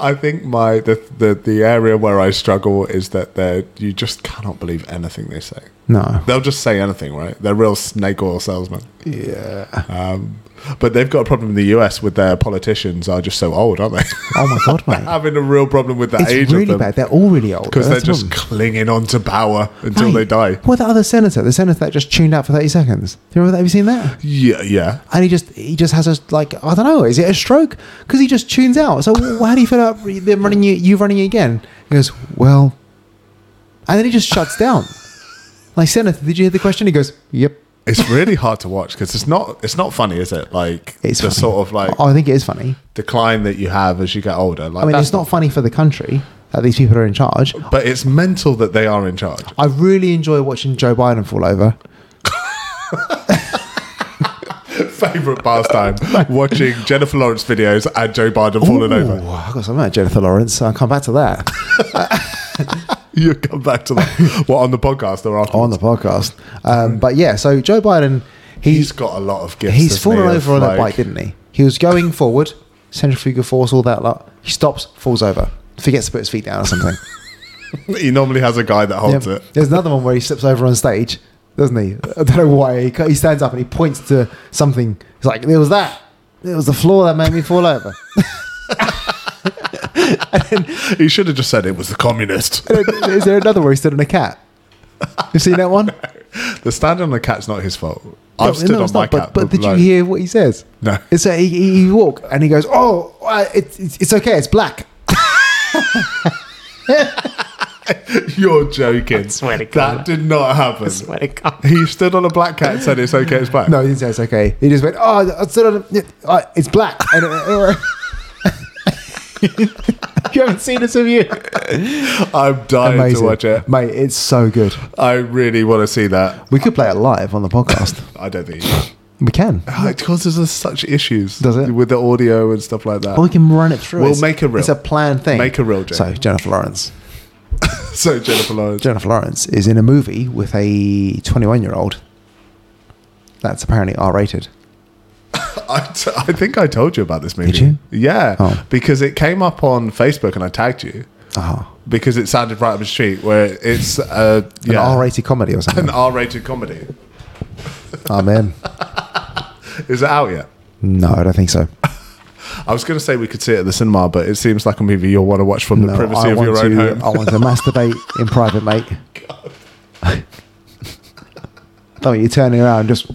B: I think my the, the the area where I struggle is that they you just cannot believe anything they say.
A: No.
B: They'll just say anything, right? They're real snake oil salesmen.
A: Yeah.
B: Um, but they've got a problem in the US with their politicians are just so old, aren't they? [LAUGHS]
A: Oh my god, mate.
B: Having a real problem with the age
A: It's
B: of
A: really
B: them
A: bad. They're all really old.
B: because they're
A: That's the
B: just
A: problem.
B: clinging on to power until
A: Mate,
B: they die.
A: What the other senator? The senator that just tuned out for thirty seconds. Do you remember that? Have you seen that?
B: Yeah, yeah.
A: And he just he just has a like I don't know. Is it a stroke? Because he just tunes out. So wh- how do you feel about re- them running you? You running again? He goes well, and then he just shuts down. Like senator, did you hear the question? He goes, "Yep."
B: It's really hard to watch because it's not it's not funny, is it? Like
A: It's
B: the
A: funny.
B: sort of like
A: Oh, I think it is funny.
B: decline that you have as you get older. Like
A: I mean,
B: that's
A: it's not funny for the country that these people are in charge.
B: but it's mental that they are in charge.
A: I really enjoy watching Joe Biden fall over. [LAUGHS]
B: Favorite pastime: watching Jennifer Lawrence videos and Joe Biden falling over. [LAUGHS]
A: Ooh, I got something about Jennifer Lawrence. So I'll come back to that [LAUGHS]
B: You come back to that. what on the podcast or after?
A: on the podcast. Um, but yeah, so Joe Biden,
B: he's
A: he's
B: got a lot of gifts.
A: he's
B: hasn't
A: fallen
B: he, of,
A: over on
B: like-
A: a bike, didn't he? He was going forward, centrifugal force, all that lot. He stops, falls over, forgets to put his feet down or
B: [LAUGHS]
A: something.
B: [LAUGHS] He normally has a guy that holds
A: Yeah.
B: it.
A: There's another one where he slips over on stage, doesn't he? I don't know why. He, ca- he stands up and he points to something. He's like, "It was that. It was the floor that made me fall
B: [LAUGHS]
A: over."
B: He should have just said it was
A: [LAUGHS]
B: the communist. [LAUGHS]
A: And then- Is there another where he stood on a cat? You seen that one?
B: the stand on the cat's not his fault.
A: No,
B: I've stood
A: no,
B: on
A: it's
B: my
A: not, but-
B: cat.
A: But, did
B: like-
A: you hear what he says?
B: [LAUGHS] No. [LAUGHS]
A: It's a, he, he, he walk and he goes, "Oh, uh, it's it's it's okay. It's black."
B: You're joking.
C: swear to
B: That
C: God.
B: did not happen.
C: swear to God.
B: He stood on a black cat and said it's okay, it's black.
A: No, he didn't say it's okay. He just went, "Oh, I stood on a- uh, it's black." [LAUGHS] And, uh, [LAUGHS] you haven't seen this, have you?
B: I'm dying
A: Amazing,
B: to watch it.
A: mate. It's so good.
B: I really want to see that.
A: We could play it live on the [LAUGHS] podcast.
B: I don't think you can.
A: we can.
B: Oh, it causes us such issues.
A: Does it? Oh.
B: With the audio and stuff like that.
A: Or we can run it through.
B: We'll
A: It's-
B: make a reel.
A: It's a planned thing.
B: Make a reel, Jake.
A: So Jennifer Lawrence.
B: [LAUGHS] so Jennifer Lawrence.
A: Jennifer Lawrence is in a movie with a 21 year old that's apparently R rated.
B: I, t- I think I told you about this movie.
A: Did you?
B: Yeah,
A: Oh.
B: because it came up on Facebook and I tagged you
A: Oh,
B: because it sounded right up the street. Where it's uh,
A: an
B: yeah,
A: R-rated comedy or [LAUGHS]
B: an
A: something.
B: R-rated comedy.
A: I'm in.
B: Is it out yet?
A: No, I don't think so.
B: I was going to say we could see it at the cinema, but it seems like a movie you'll want to watch from
A: No,
B: the privacy
A: I
B: of
A: want
B: your own
A: to,
B: home.
A: I want to masturbate in private, mate. Don't you turning around just.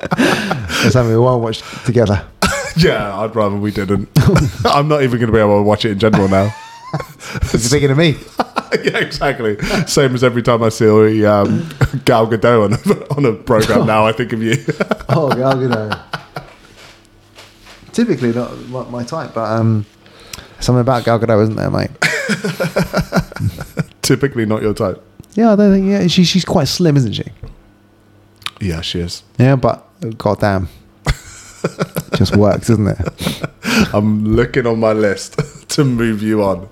A: It's something we won't watch together.
B: [LAUGHS] yeah, I'd rather we didn't. [LAUGHS] I'm not even going to be able to watch it in general now.
A: You're thinking of me.
B: [LAUGHS] yeah, exactly. Same as every time I see a, um, [LAUGHS] Gal Gadot on a, [LAUGHS] on a program now, I think of you. [LAUGHS]
A: Oh, yeah, you know. Typically not my, my type, but um, something about Gal Gadot isn't there, mate?
B: Typically not your type.
A: Yeah, I don't think. Yeah, she, she's quite slim, isn't she?
B: Yeah, she is.
A: Yeah, but goddamn, just works, doesn't it?
B: I'm looking on my list [LAUGHS] to move you on.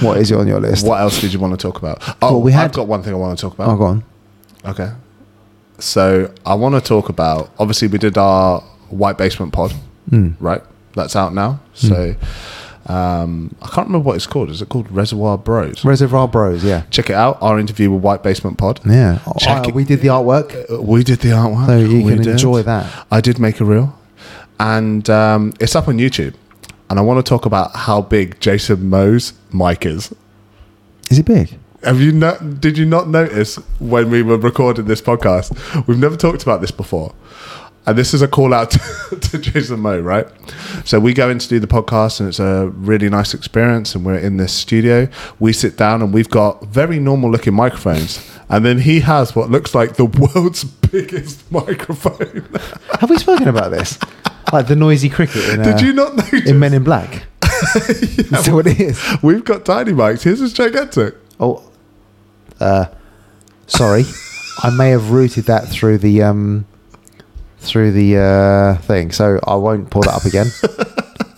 A: What is it on your list?
B: What else did you want to talk about? Oh,
A: Well, we had-
B: I've got one thing I want to talk about.
A: Oh, go on.
B: Okay. So I want to talk about obviously we did our white basement pod,
A: Hmm.
B: right? That's out now. So um, I can't remember what it's called. Is it called Reservoir Bros?
A: Reservoir Bros. Yeah,
B: Check it out. Our interview with White Basement Pod.
A: yeah. Oh,
B: Check
A: uh,
B: it.
A: we did the artwork,
B: Uh, We did the artwork.
A: so you
B: we
A: can
B: did.
A: enjoy that.
B: I did make a reel, and um, it's up on YouTube. And I want to talk about how big Jason Moe's mic is.
A: Is it big?
B: Have you not? Did you not notice when we were recording this podcast? We've never talked about this before, and this is a call out [LAUGHS] to, to Jason Moe, right? So we go in to do the podcast, and it's a really nice experience. And we're in this studio. We sit down, and we've got very normal looking microphones, and then he has what looks like the [LAUGHS] world's biggest microphone. [LAUGHS]
A: Have we spoken about this? [LAUGHS] Like the noisy cricket in, uh,
B: Did you not notice?
A: in Men in [LAUGHS] Black? That's what it is.
B: We've got tiny mics. Here's is gigantic.
A: Oh, uh, sorry, [LAUGHS] I may have routed that through the um, through the uh, thing, so I won't pull that up [LAUGHS] again.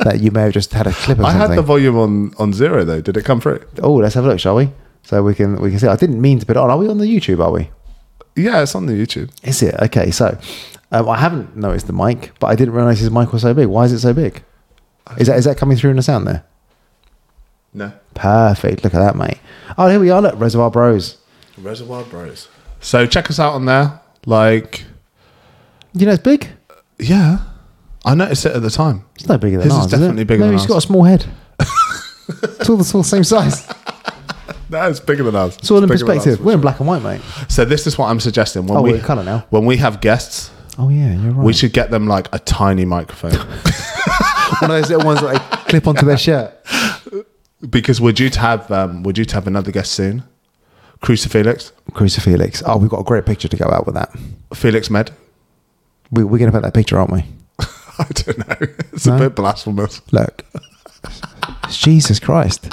A: that you may have just had a clip of
B: I had
A: something.
B: the volume on on zero though. Did it come through?
A: oh, let's have a look, shall we? So we can we can see. I didn't mean to put it on. Are we on the YouTube? Are we?
B: Yeah, it's on the YouTube.
A: Is it okay? So um, I haven't noticed the mic, but I didn't realize his mic was so big. Why is it so big? Is that is that coming through in the sound there?
B: No.
A: Perfect. Look at that, mate. Oh, here we are. Look, Reservoir Bros.
B: Reservoir Bros. So check us out on there. Like,
A: You know it's big.
B: yeah, I noticed it at the time.
A: It's no bigger than
B: His is
A: ours.
B: definitely
A: it?
B: bigger
A: no,
B: than
A: he's got a
B: ours.
A: small [LAUGHS] head. it's all the it's all the same size. [LAUGHS]
B: That is bigger than ours.
A: It's all in
B: bigger than ours,
A: perspective.
B: for
A: We're in
B: sure.
A: black and white, mate.
B: So this is what I'm suggesting. When
A: Oh,
B: we
A: we're in colour now.
B: When we have guests,
A: Oh yeah, you're right.
B: we should get them like a tiny [LAUGHS] microphone
A: one of those little ones that they clip onto their [LAUGHS] shirt.
B: because we're due to have um, we're due to have another guest soon. Crucifix Felix,
A: Crucifix. Oh, we've got a great picture to go out with that.
B: Felix Med.
A: We, we're going to put that picture, aren't we?
B: [LAUGHS] I don't know. It's
A: No?
B: a bit blasphemous.
A: [LAUGHS] Look, Jesus Christ.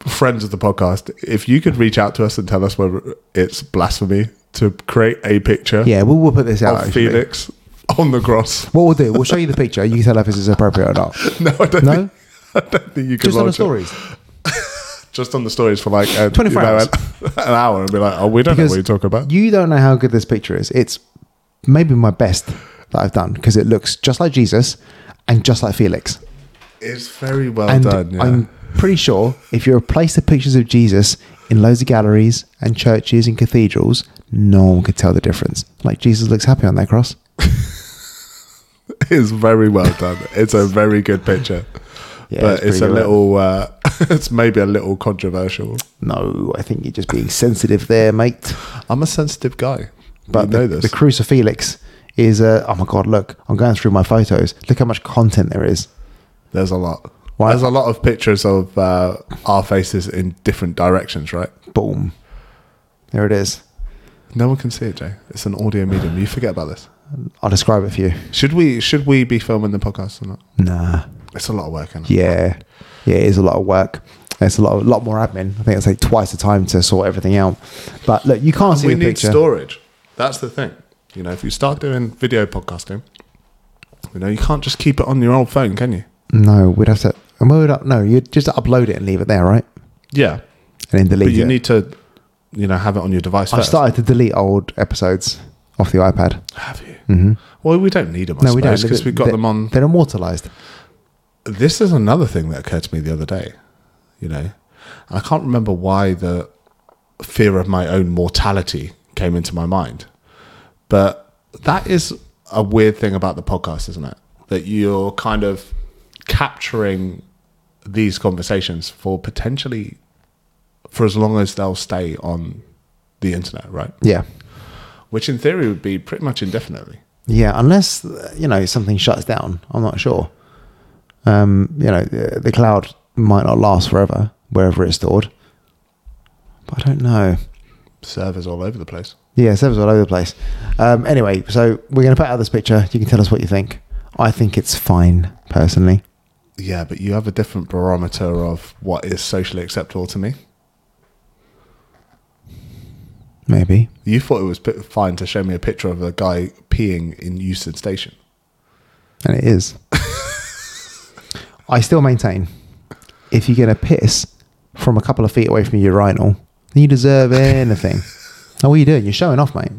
B: friends of the podcast, if you could reach out to us and tell us whether it's blasphemy to create a picture
A: Yeah, we'll, we'll put this out.
B: of
A: actually.
B: Felix on the cross. [LAUGHS]
A: What we'll do, we'll show you the picture. You can tell if this is appropriate or not.
B: No, I don't,
A: No?
B: Think, I don't [LAUGHS] think you could
A: Just on the
B: launch it.
A: stories.
B: Just on the stories for like a,
A: 24
B: you know,
A: hours.
B: An, [LAUGHS] an hour and be like, oh, we don't know what you're talking about.
A: You don't know how good this picture is. It's maybe my best that I've done because it looks just like Jesus and just like Felix.
B: it's very well
A: and
B: done. Yeah.
A: I'm pretty sure if you replace the pictures of Jesus in loads of galleries and churches and cathedrals, no one could tell the difference. Like Jesus looks happy on that cross.
B: [LAUGHS] it's very well done. It's a very good [LAUGHS] picture.
A: Yeah,
B: but it's,
A: pretty
B: a
A: good.
B: little, uh, [LAUGHS] it's maybe a little controversial.
A: No, I think you're just being sensitive there, mate.
B: I'm a sensitive guy.
A: But
B: you
A: the,
B: know
A: the
B: this.
A: crucifix is uh, oh my god! Look, I'm going through my photos. Look how much content there is.
B: There's a lot.
A: Why-
B: There's a lot of pictures of uh, our faces in different directions, right?
A: Boom, there it is.
B: No one can see it, Jay. It's an audio medium. You forget about this.
A: I'll describe it for you.
B: Should we should we be filming the podcast or not?
A: Nah,
B: It's a lot of work, isn't it?
A: yeah, yeah, it is a lot of work. It's a lot, a lot more admin. I think it's like twice the time to sort everything out. But look, you can't see
B: We
A: the
B: need
A: picture.
B: storage. That's the thing. You know, if you start doing video podcasting, you know, you can't just keep it on your old phone, can you?
A: no, we'd have to. And we would up, no, you'd just upload it and leave it there, right?
B: Yeah.
A: And then delete
B: But you
A: it.
B: need to you know have it on your device.
A: I've
B: first.
A: started to delete old episodes off the iPad.
B: Have you?
A: Mm-hmm.
B: Well, we don't need them. I
A: No, we don't.
B: because we've got
A: They-
B: them on.
A: They're immortalized.
B: This is another thing that occurred to me the other day. You know, I can't remember why the fear of my own mortality came into my mind, but that is a weird thing about the podcast, isn't it? That you're kind of capturing these conversations for potentially for as long as they'll stay on the internet, right?
A: Yeah.
B: Which in theory would be pretty much indefinitely.
A: Yeah, unless you know something shuts down, I'm not sure. Um, you know, the, the cloud might not last forever wherever it's stored. But I don't know.
B: Servers all over the place.
A: Yeah, servers all over the place. Um, anyway, so we're going to put out this picture. You can tell us what you think. I think it's fine, personally.
B: Yeah, but you have a different barometer of what is socially acceptable to me.
A: Maybe.
B: You thought it was p- fine to show me a picture of a guy peeing in Euston Station.
A: And it is. [LAUGHS] I still maintain if you get a piss from a couple of feet away from your urinal, then you deserve [LAUGHS] anything. now, what are you doing? You're showing off, mate.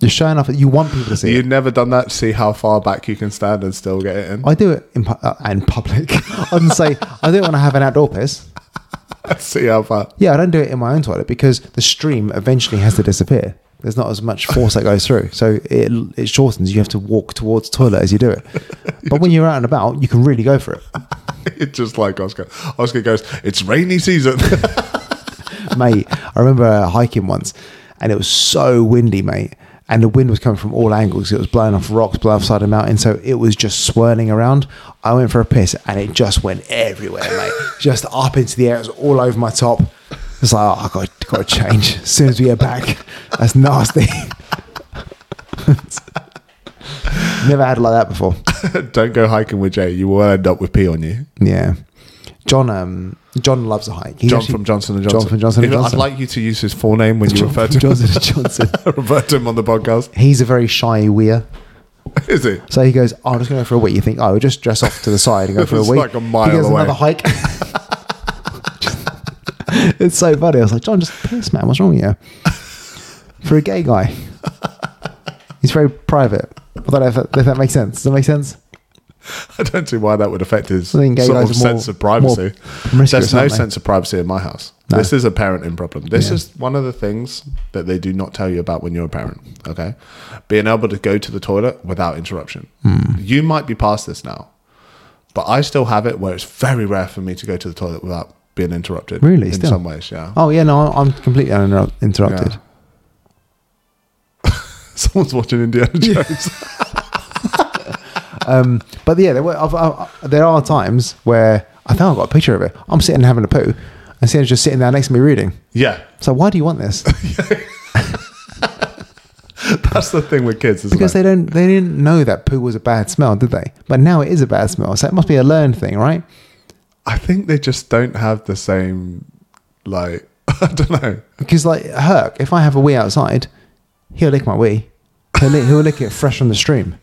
A: You're showing off. You want people to see
B: You've
A: it.
B: never done that to see how far back you can stand and still get it in.
A: I do it in, pu- uh, in public. [LAUGHS] I would say I do it when I have an outdoor piss.
B: [LAUGHS] see how far.
A: Yeah, I don't do it in my own toilet because the stream eventually has to disappear. There's not as much force that goes through, so it it shortens. You have to walk towards the toilet as you do it. But when you're out and about, you can really go for it.
B: It's just like Oscar. Oscar goes, It's rainy season. [LAUGHS]
A: mate. I remember uh, hiking once, and it was so windy, mate. And the wind was coming from all angles. It was blowing off rocks, blowing off side of the mountain. So it was just swirling around. I went for a piss, and it just went everywhere, mate. [LAUGHS] just up into the air. It was all over my top. It's like, oh, I got got to change [LAUGHS] as soon as we get back. That's nasty. [LAUGHS] Never had it like that before.
B: Don't go hiking with Jay. You will end up with pee on you.
A: Yeah, John. Um, John loves a hike. He
B: John
A: actually-
B: from Johnson and
A: John
B: Johnson.
A: from Johnson and
B: Even-
A: Johnson.
B: I'd like you to use his full name when you
A: John
B: refer
A: from
B: to
A: Johnson and Johnson.
B: [LAUGHS] refer to him on the podcast. [LAUGHS]
A: He's a very shy weir.
B: Is it?
A: So he goes, oh, I'm just going to go for a week. You think, oh, we'll just dress off to the side and go for a
B: [LAUGHS] It's
A: week.
B: like a mile
A: he goes
B: away.
A: another hike. [LAUGHS] it's so funny. I was like, John, just piss, man. What's wrong with you? For a gay guy, he's very private. I don't know if that, if that makes sense. Does that make sense?
B: I don't see why that would affect his
A: I
B: sort
A: think gay guys
B: of
A: are more-
B: sense of privacy.
A: more promiscuous,
B: There's no
A: aren't they?
B: sense of privacy in my house.
A: No.
B: This is a parenting problem. This
A: Yeah.
B: is one of the things that they do not tell you about when you're a parent. Okay, being able to go to the toilet without interruption.
A: Hmm.
B: You might be past this now, but I still have it where it's very rare for me to go to the toilet without being interrupted.
A: Really?
B: in
A: Still?
B: some ways, yeah.
A: Oh, yeah, no, I'm completely uninter- interrupted.
B: Yeah. [LAUGHS] Someone's
A: [LAUGHS]
B: watching Indiana Jones.
A: Um, but yeah, there, were, I've, I, I- there are times where I think I've got a picture of it. I'm sitting having a poo, and Sienna's just sitting there next to me reading.
B: Yeah,
A: So why do you want this?
B: that's the thing with kids, isn't
A: because
B: it?
A: they don't they didn't know that poo was a bad smell, did they? But now it is a bad smell, so it must be a learned thing, right?
B: I think they just don't have the same like. [LAUGHS] I don't know.
A: Because like Herc, if I have a wee outside, he'll lick my wee. He'll lick, he'll lick it fresh from the stream,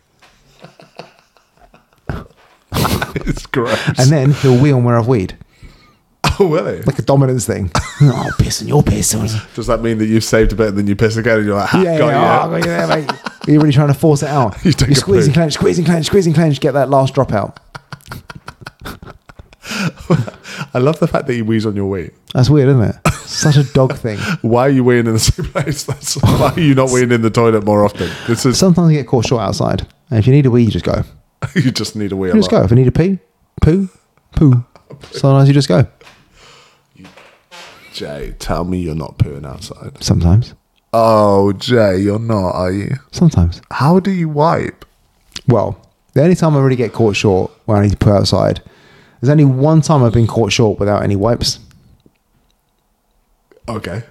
B: It's gross.
A: and then he'll wee on where I've weed,
B: [LAUGHS] Oh, really?
A: like a dominance
B: [LAUGHS]
A: thing. [LAUGHS] oh, piss on your piss. [LAUGHS] Yeah,
B: Does that mean that you've saved a bit and then you piss again and you're like, ha,
A: yeah,
B: got
A: yeah. Oh, I
B: you.
A: got you there,
B: [LAUGHS]
A: mate. Are you really trying to force it out?
B: You take
A: are
B: a
A: squeezing,
B: poo.
A: clench, squeezing, clench, squeezing, clench. Get that last drop
B: [LAUGHS]
A: out.
B: I love the fact that you wheeze on your wee.
A: That's weird, isn't
B: [LAUGHS]
A: it? Such a dog thing.
B: Why are you weeing in the [LAUGHS] same place? That's why are you not weeing in the toilet more often? This is [LAUGHS]
A: Sometimes you get caught short outside, and if you need a wee, you just go.
B: you just need a wee. A
A: You just
B: lot.
A: go. If I need a pee, poo, poo. Sometimes you just go.
B: Jay, tell me you're not pooing outside.
A: Sometimes.
B: Oh, Jay, you're not, are you?
A: Sometimes.
B: How do you wipe?
A: Well, the only time I really get caught short when I need to poo outside, there's only one time I've been caught short without any wipes. [LAUGHS]
B: Okay.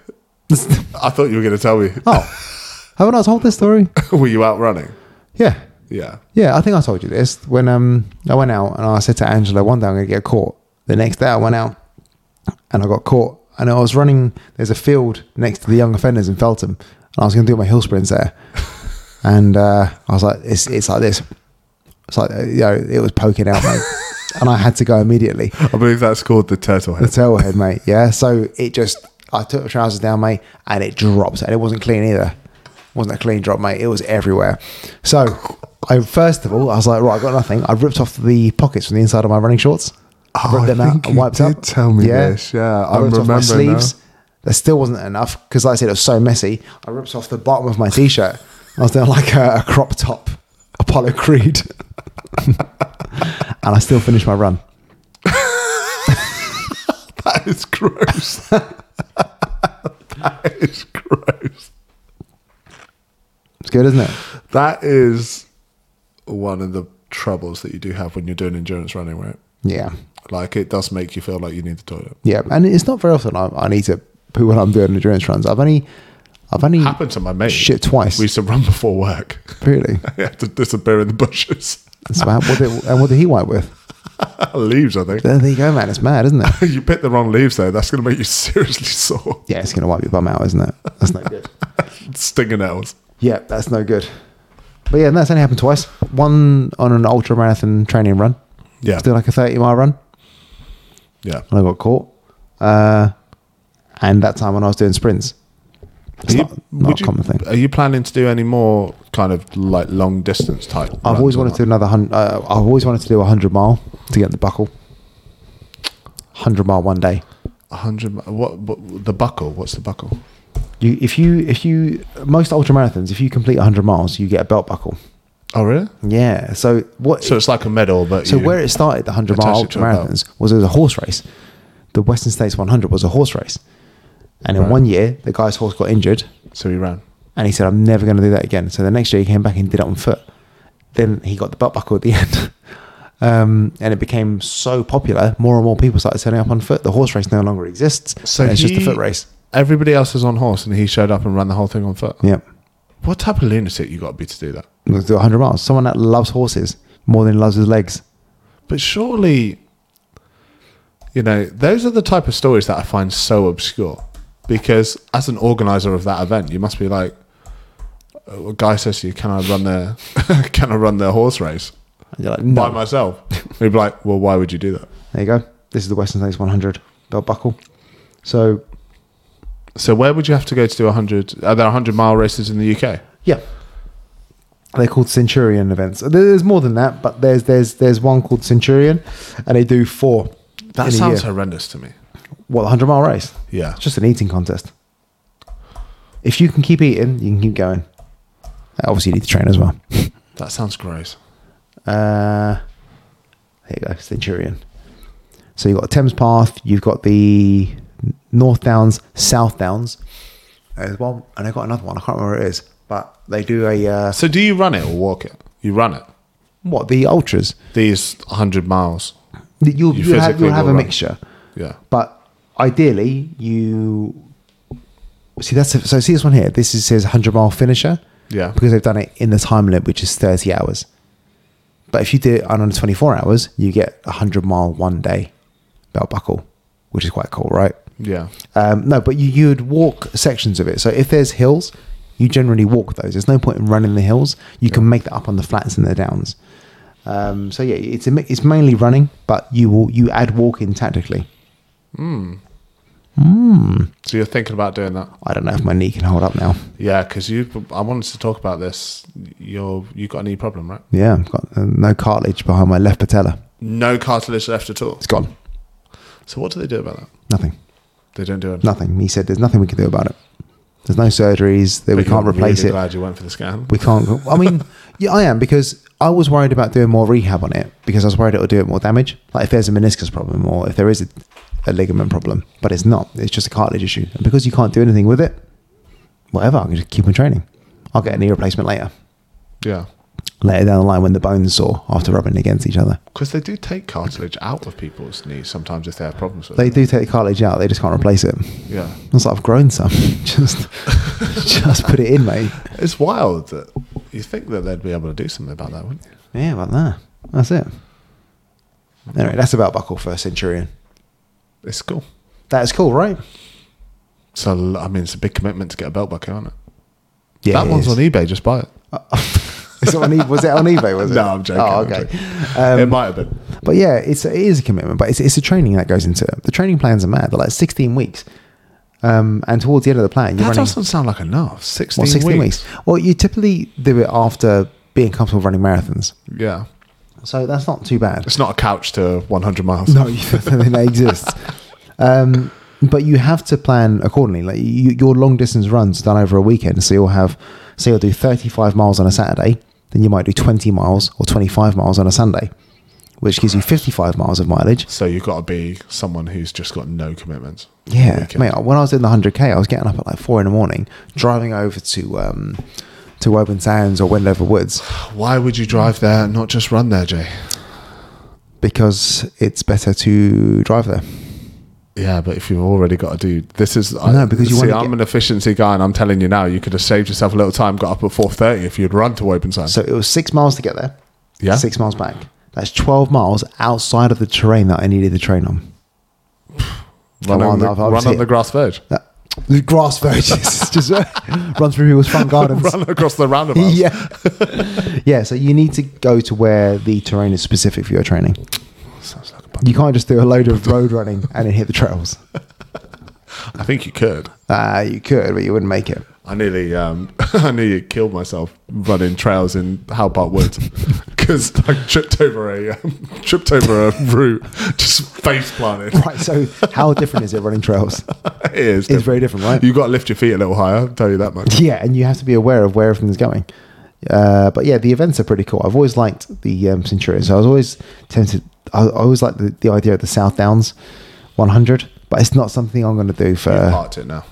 B: I thought you were going to tell me.
A: Oh, have I not told this [LAUGHS] story?
B: [LAUGHS] were you out running?
A: Yeah.
B: Yeah.
A: Yeah, I think I told you this when um I went out and I said to Angela one day I'm going to get caught. The next day I went out and I got caught and I was running. There's a field next to the Young Offenders in Feltham and I was going to do my hill sprints there. And uh, I was like, it's it's like this. It's like uh, you know, it was poking out, mate. and I had to go immediately.
B: I believe that's called the turtle
A: The
B: head.
A: tail head, mate. Yeah. So it just I took the trousers down, mate, and it dropped, and it wasn't clean either. wasn't a clean drop, mate. It was everywhere. So, I first of all, I was like, right, I have got nothing. I ripped off the pockets from the inside of my running shorts,
B: Oh,
A: ripped them
B: I
A: out,
B: think
A: and
B: you
A: wiped
B: did
A: up.
B: tell me this, yeah.
A: I
B: I'm
A: ripped off my
B: remembering now.
A: sleeves. There still wasn't enough because, like I said, it was so messy. I ripped off the bottom of my t-shirt. I was doing like a, a crop top, Apollo Creed, [LAUGHS] and I still finished my run.
B: [LAUGHS] That is gross. [LAUGHS] that is gross.
A: It's good, isn't it?
B: That is one of the troubles that you do have when you're doing endurance running, right?
A: Yeah,
B: Like it does make you feel like you need the toilet.
A: yeah. And it's not very often I, I need to poo when I'm doing endurance runs. I've only, I've only
B: Hmm. Happened to my mate.
A: shit twice.
B: We used to run before work. [LAUGHS]
A: really.
B: he had to disappear in the bushes. [LAUGHS]
A: That's about what. Did, and what did he wipe with?
B: leaves, I think.
A: There, there you go, man. It's mad, isn't it?
B: you picked the wrong leaves though. That's going to make you [LAUGHS] seriously sore.
A: Yeah, it's gonna wipe your bum out, isn't it? That's no good.
B: Stinging nails.
A: Yeah, that's no good. But yeah, that's only happened twice. One on an ultra marathon training run.
B: Yeah.
A: Did like a 30 mile run
B: Yeah.
A: and I got caught. Uh, and that time when I was doing sprints. It's
B: Are you-
A: not, not
B: would
A: a
B: you-
A: common thing.
B: Are you planning to do any more kind of like long distance type?
A: I've always wanted to do another hun- uh, I've always wanted to do a 100 mile to get the buckle. 100 mile one day.
B: hundred. What, what the buckle? What's the buckle?
A: You, if you, if you, most ultra marathons, if you complete 100 miles, you get a belt buckle.
B: Oh really?
A: Yeah. So what?
B: So it's like a medal, but
A: So
B: you-
A: where it started, the 100 mile
B: Attach it
A: ultra
B: to a belt.
A: marathons, was as a horse race. The Western States 100 was a horse race. And in
B: Right.
A: one year, the guy's horse got injured
B: so he ran.
A: and he said, I'm never going to do that again. So the next year he came back and did it on foot. Then he got the butt buckle at the [LAUGHS] end. Um, and it became so popular, more and more people started turning up on foot. The horse race no longer exists.
B: So
A: So it's just
B: he-
A: a foot race.
B: Everybody else is on horse, and he showed up and ran the whole thing on foot.
A: Yeah.
B: What type of lunatic you got to be to do that?
A: Let's do 100 miles. Someone that loves horses more than he loves his legs.
B: But surely, you know, those are the type of stories that I find so obscure. Because as an organizer of that event, you must be like, "Uh, a guy says to you, "Can I run the, [LAUGHS] can I run the horse race
A: And you're like, no.
B: by myself?" And you'd be like, "Well, why would you do that?"
A: there you go. This is the Western States 100 belt buckle. So
B: So where would you have to go to do hundred? Are there hundred mile races in the UK?
A: Yeah. They're called Centurion events. There's more than that, but there's there's there's one called Centurion, and they do four. in
B: That
A: a
B: sounds
A: year.
B: horrendous to me.
A: what a hundred mile race.
B: Yeah,
A: It's just an eating contest. If you can keep eating, you can keep going. Uh, Obviously, you need to train as well.
B: that sounds gross.
A: Uh, there you go, Centurion. So you've got Thames Path, you've got the North Downs, South Downs. There's one, and I've got another one. I can't remember what it is, but they do a uh,
B: So do you run it or walk it? You run it.
A: what the ultras.
B: These hundred miles.
A: that you'll,
B: You
A: you will have,
B: physically
A: you'll have
B: will
A: a
B: run.
A: mixture,
B: Yeah.
A: but ideally you see that's so see this one here. This is says 100 mile finisher
B: Yeah.
A: because they've done it in the time limit, which is 30 hours. But if you do it on under 24 hours, you get a 100 mile one day belt buckle, which is quite cool, right?
B: Yeah.
A: Um, no, but you you would walk sections of it. So if there's hills, you generally walk those. There's no point in running the hills. You can make that up on the flats and the downs. Um, so yeah, it's a, mi- it's mainly running, but you will you add walking tactically.
B: So you're thinking about doing that?
A: I don't know if my knee can hold up now.
B: Yeah, because you. I wanted to talk about this. You're you got a knee problem, right?
A: Yeah, I've got uh, no cartilage behind my left patella.
B: No cartilage left at all.
A: It's gone.
B: So what do they do about that?
A: Nothing.
B: They don't do anything.
A: Nothing. He said there's nothing we can do about it. There's no surgeries. That we
B: But
A: can't
B: you're
A: replace
B: really
A: it.
B: Glad you went for the scan.
A: We can't. go- I mean, yeah, I am because I was worried about doing more rehab on it because I was worried it would do it more damage. Like if there's a meniscus problem or if there is a, a ligament problem, but it's not. It's just a cartilage issue, and because you can't do anything with it, whatever. I can just keep on training. I'll get a knee replacement later,
B: Yeah,
A: later down the line when the bones sore after rubbing against each other.
B: because they do take cartilage out of people's knees sometimes if they have problems with
A: They
B: it.
A: do take the cartilage out. They just can't replace it.
B: Yeah,
A: It's like I've grown some. [LAUGHS] just, just put it in, mate.
B: it's wild that you think that they'd be able to do something about that, wouldn't you?
A: Yeah, about that. That's it. Anyway, that's about buckle for a centurion.
B: It's cool.
A: That's cool, right?
B: So I mean, it's a big commitment to get a belt buckle, isn't it?
A: Yeah,
B: that one's on E- eBay. Just buy it.
A: [LAUGHS] Is it on e- was it on eBay? Was it?
B: [LAUGHS] No, I'm joking,
A: Oh,
B: I'm
A: okay.
B: joking. it
A: Um,
B: might have been.
A: but yeah, it's it is a commitment, but it's it's a training that goes into it. The training plans are mad. They're like 16 weeks, Um, and towards the end of the plan, you're
B: That
A: running
B: doesn't sound like enough. 16,
A: what, 16
B: weeks.
A: weeks. Well, you typically do it after being comfortable running marathons.
B: Yeah.
A: So that's not too bad.
B: It's not a couch to 100 miles.
A: [LAUGHS] No, that exists. Um, but you have to plan accordingly. Like you, your long distance runs are done over a weekend, so you'll have, so you'll do thirty five miles on a Saturday, then you might do twenty miles or twenty five miles on a Sunday, which gives you fifty five miles of mileage.
B: So you've got to be someone who's just got no commitments.
A: Yeah,
B: Okay.
A: mate. When I was doing the hundred k, I was getting up at like four in the morning, driving over to um, to Woburn Sands or Wendover Woods
B: Why would you drive there and not just run there, Jay?
A: because it's better to drive there.
B: Yeah, but if you've already got to do this is I
A: No, because you
B: see,
A: wanna
B: I'm
A: get-
B: an efficiency guy, and I'm telling you now, you could have saved yourself a little time, got up at 4:30 if you'd run to open sign.
A: So it was six miles to get there.
B: Yeah.
A: Six miles back. That's 12 miles outside of the terrain that I needed the train on.
B: run
A: Come
B: on,
A: on,
B: the,
A: I've- I've
B: run on
A: seen-
B: the grass verge, [LAUGHS]
A: That, the grass verges it's [LAUGHS] just uh, run through people's front gardens. [LAUGHS]
B: run across the roundabout.
A: yeah. [LAUGHS] yeah. So you need to go to where the terrain is specific for your training.
B: Sounds like a bun.
A: You can't just do a load of road running and then hit the
B: [LAUGHS]
A: trails.
B: I think you could.
A: Uh, you could, but you wouldn't make it.
B: I nearly, um, [LAUGHS] I nearly killed myself running trails in Halbart Woods [LAUGHS] because I tripped over a um, [LAUGHS] tripped over a root, just face planted.
A: Right. So how different is it running trails?
B: [LAUGHS] It is.
A: It's very different, right?
B: You've got to lift your feet a little higher. I'll tell you that much.
A: [LAUGHS] Yeah, and you have to be aware of where everything's going. Uh, but yeah, the events are pretty cool. I've always liked the um, Centurion, so I was always tempted. I, I always liked the, the idea of the South Downs 100, but it's not something I'm going to do for.
B: You've
A: Yeah.
B: parked it now.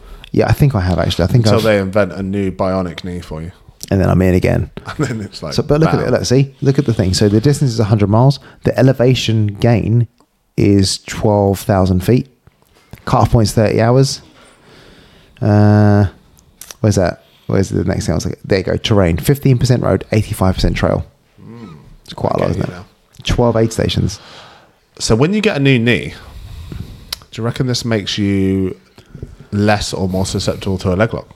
A: I think I have actually. I think
B: Until
A: I've,
B: they invent a new bionic knee for you. [LAUGHS]
A: and then I'm in again.
B: And then it's like.
A: So, but look
B: bam.
A: at it. Let's see. Look at the thing. So the distance is 100 miles. The elevation gain is 12,000 feet. Cut-off point's 30 hours. Uh, where's that? Where's the next thing? I was like, there you go. Terrain: 15% road, 85% trail. It's quite a lot,
B: Hmm. Okay,
A: isn't it?
B: you know.
A: 12 aid stations.
B: So when you get a new knee, do you reckon this makes you less or more susceptible to a leg lock?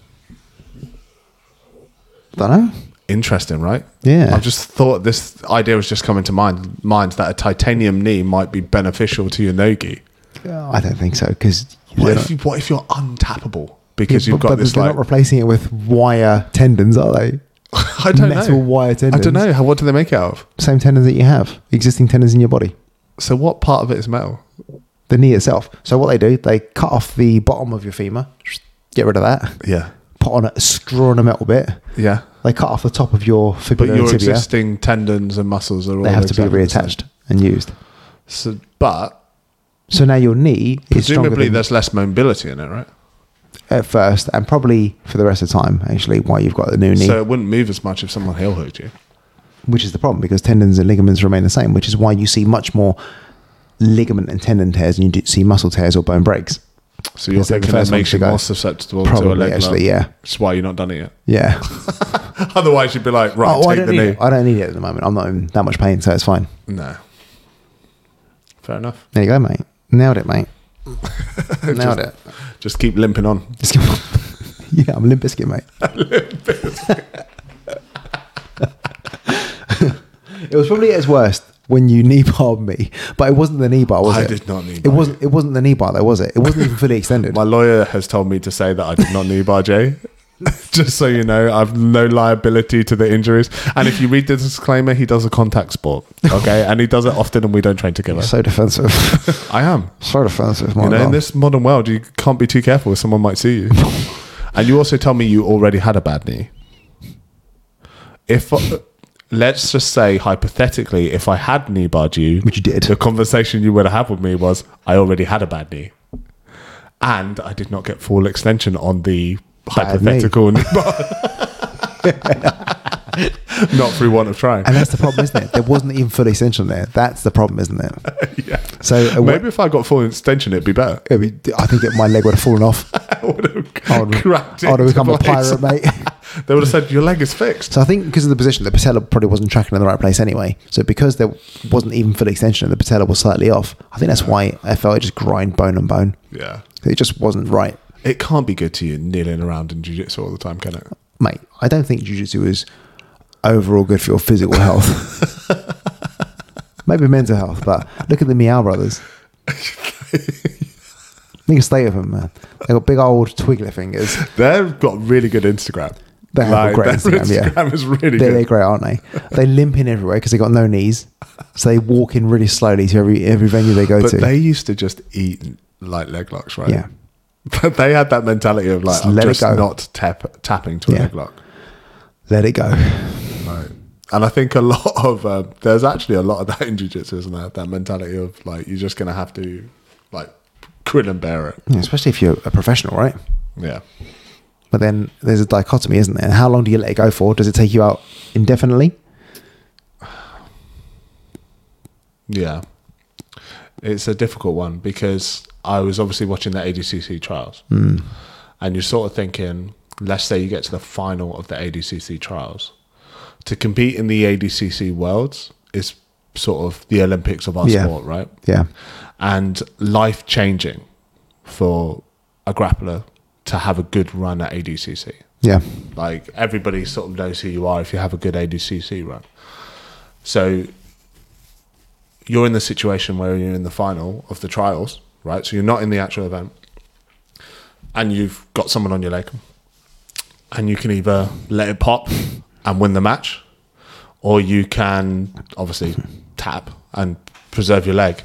A: Don't know.
B: Interesting, right?
A: Yeah.
B: I've just thought this idea was just coming to mind, mind that a titanium knee might be beneficial to your nogi.
A: I don't think so because
B: What if, you, what if you're untappable because you've
A: but,
B: got
A: but
B: this
A: they're
B: like
A: not replacing it with wire tendons, are they?
B: [LAUGHS] I don't
A: metal
B: know.
A: wire
B: I
A: tendons.
B: don't know. How, what do they make it out of?
A: Same tendons that you have, existing tendons in your body.
B: So what part of it is metal?
A: the knee itself. So what they do, they cut off the bottom of your femur, get rid of that,
B: Yeah.
A: put on a screw on a metal bit.
B: Yeah.
A: They cut off the top of your
B: But
A: fibula
B: your
A: and tibia.
B: existing tendons and muscles are all
A: They have to be
B: exactly the same.
A: reattached and used.
B: So, but
A: So now your knee is stronger
B: presumably
A: than
B: there's less mobility in it, right?
A: at first, and probably for the rest of the time. Actually, while you've got the new knee,
B: So it wouldn't move as much if someone heel hooked you.
A: which is the problem because tendons and ligaments remain the same, which is why you see much more ligament and tendon tears, and you do see muscle tears or bone breaks.
B: So you're
A: Is it the
B: thinking that
A: first one
B: makes
A: to
B: you
A: go?
B: more susceptible to a
A: Probably,
B: leg lock.
A: actually, yeah,
B: That's why you're not done it yet.
A: yeah.
B: [LAUGHS] Otherwise, you'd be like, right,
A: oh, I don't
B: take the
A: need
B: knee.
A: it. I don't need it at the moment. I'm not in that much pain, so it's fine.
B: No. Fair enough.
A: There you go, mate. Nailed it,
B: [LAUGHS]
A: mate. Nailed
B: Just-
A: it.
B: Just keep limping on.
A: Just give- [LAUGHS] yeah, I'm Limp Biscuit,
B: [LAUGHS]
A: mate. [LAUGHS] it was probably at its worst when you knee barred me, but it wasn't the knee bar, was
B: I
A: it?
B: did not knee
A: It
B: bar
A: wasn't. It wasn't the knee bar, though, was it? It wasn't even fully
B: [LAUGHS]
A: extended.
B: My lawyer has told me to say that I did not knee bar Jay. [LAUGHS] Just so you know, I've no liability to the injuries. And if you read the disclaimer, he does a contact sport. Okay. and he does it often and we don't train
A: [LAUGHS]
B: together.
A: so defensive.
B: I am.
A: so defensive. My
B: You know, in
A: God.
B: this modern world, you can't be too careful. Someone might see
A: [LAUGHS]
B: you. and you also tell me you already had a bad knee. If uh, let's just say hypothetically, if I had knee barred you,
A: Which you did.
B: the conversation you would have had with me was, I already had a bad knee, and I did not get full extension on the
A: knee.
B: hypothetical knee bar. [LAUGHS] not through want of trying.
A: and that's the problem, isn't it? There wasn't even full extension there. That's the problem, isn't it?
B: [LAUGHS] [LAUGHS] yeah.
A: So uh, what-
B: Maybe if I got full extension, it'd be better. [LAUGHS]
A: I mean, I think it, my leg would have fallen off.
B: I would have
A: I would have,
B: cracked it.
A: I would have
B: to
A: become a
B: place.
A: pirate, mate.
B: [LAUGHS] They would have said, Your leg is fixed.
A: So I think because of the position, the patella probably wasn't tracking in the right place anyway. So because there wasn't even full extension and the patella was slightly off, I think that's why I felt it just grind bone on bone.
B: Yeah.
A: It just wasn't right,
B: It can't be good to you kneeling around in jujitsu all the time, can it?
A: mate. I don't think jujitsu is overall good for your physical
B: [LAUGHS]
A: health.
B: [LAUGHS]
A: Maybe mental health, but look at the Meow brothers. Niggas stay with them, man. They got big old twiggler
B: [LAUGHS]
A: fingers.
B: They've got really good Instagram.
A: They have a great
B: their
A: Instagram, yeah.
B: Instagram is really
A: They're, they're
B: good.
A: great, aren't they? They limp in everywhere because they got no knees, so they walk in really slowly to every every venue they go
B: But
A: to.
B: they used to just eat like leg locks, right?
A: Yeah.
B: [LAUGHS] But they had that mentality of like
A: Just
B: I'm
A: let it
B: just
A: go.
B: not tap, tapping to a
A: Yeah.
B: leg lock.
A: Let it go.
B: Right. And I think a lot [LAUGHS] of uh, there's actually a lot of that in jiu-jitsu, isn't there? That mentality of like you're just gonna have to like grin and bear it.
A: Yeah, especially if you're a professional, right?
B: Yeah.
A: But then there's a dichotomy, isn't there? How long do you let it go for? Does it take you out indefinitely?
B: Yeah. It's a difficult one because I was obviously watching the ADCC trials. And you're sort of thinking, let's say you get to the final of the ADCC trials. To compete in the ADCC worlds is sort of the Olympics of our
A: Yeah.
B: sport, right?
A: Yeah,
B: And life changing for a grappler to have a good run at ADCC
A: yeah,
B: like everybody sort of knows who you are if you have a good ADCC run. So you're in the situation where you're in the final of the trials, right? So you're not in the actual event, and you've got someone on your leg, and you can either let it pop and win the match, or you can obviously tap and preserve your leg.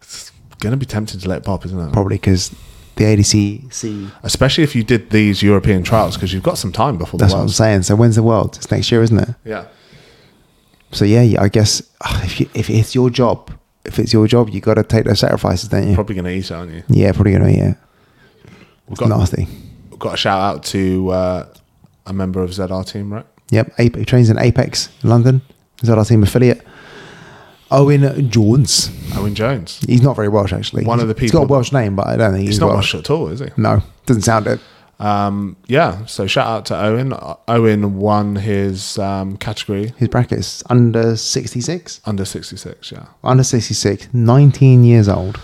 B: It's gonna be tempting to let it pop, isn't it?
A: probably because the ADC. See,
B: Especially if you did these European trials because you've got some time before
A: that's
B: the
A: what I'm
B: world.
A: saying. So when's the world? It's next year, isn't it?
B: Yeah.
A: So yeah, yeah, I guess ah, if you, if it's your job, if it's your job, you got to take those sacrifices, don't you?
B: Probably going to eat it, aren't you?
A: Yeah, probably gonna. Yeah,
B: We've
A: it's
B: got,
A: nasty.
B: we've got a shout out to uh, a member of ZR team, right?
A: Yep, Ape, he trains in Apex, in London. Is that our team affiliate? Owen Jones.
B: Owen Jones.
A: He's not very Welsh, actually.
B: One of the
A: He's got a
B: people-
A: Welsh name, but I don't think he's,
B: He's not
A: Welsh.
B: much at all, is he?
A: No, doesn't sound it.
B: Um, yeah. So shout out to Owen. O- Owen won his um, category
A: His bracket is under 66.
B: under 66, yeah,
A: Under 66, 19 years old,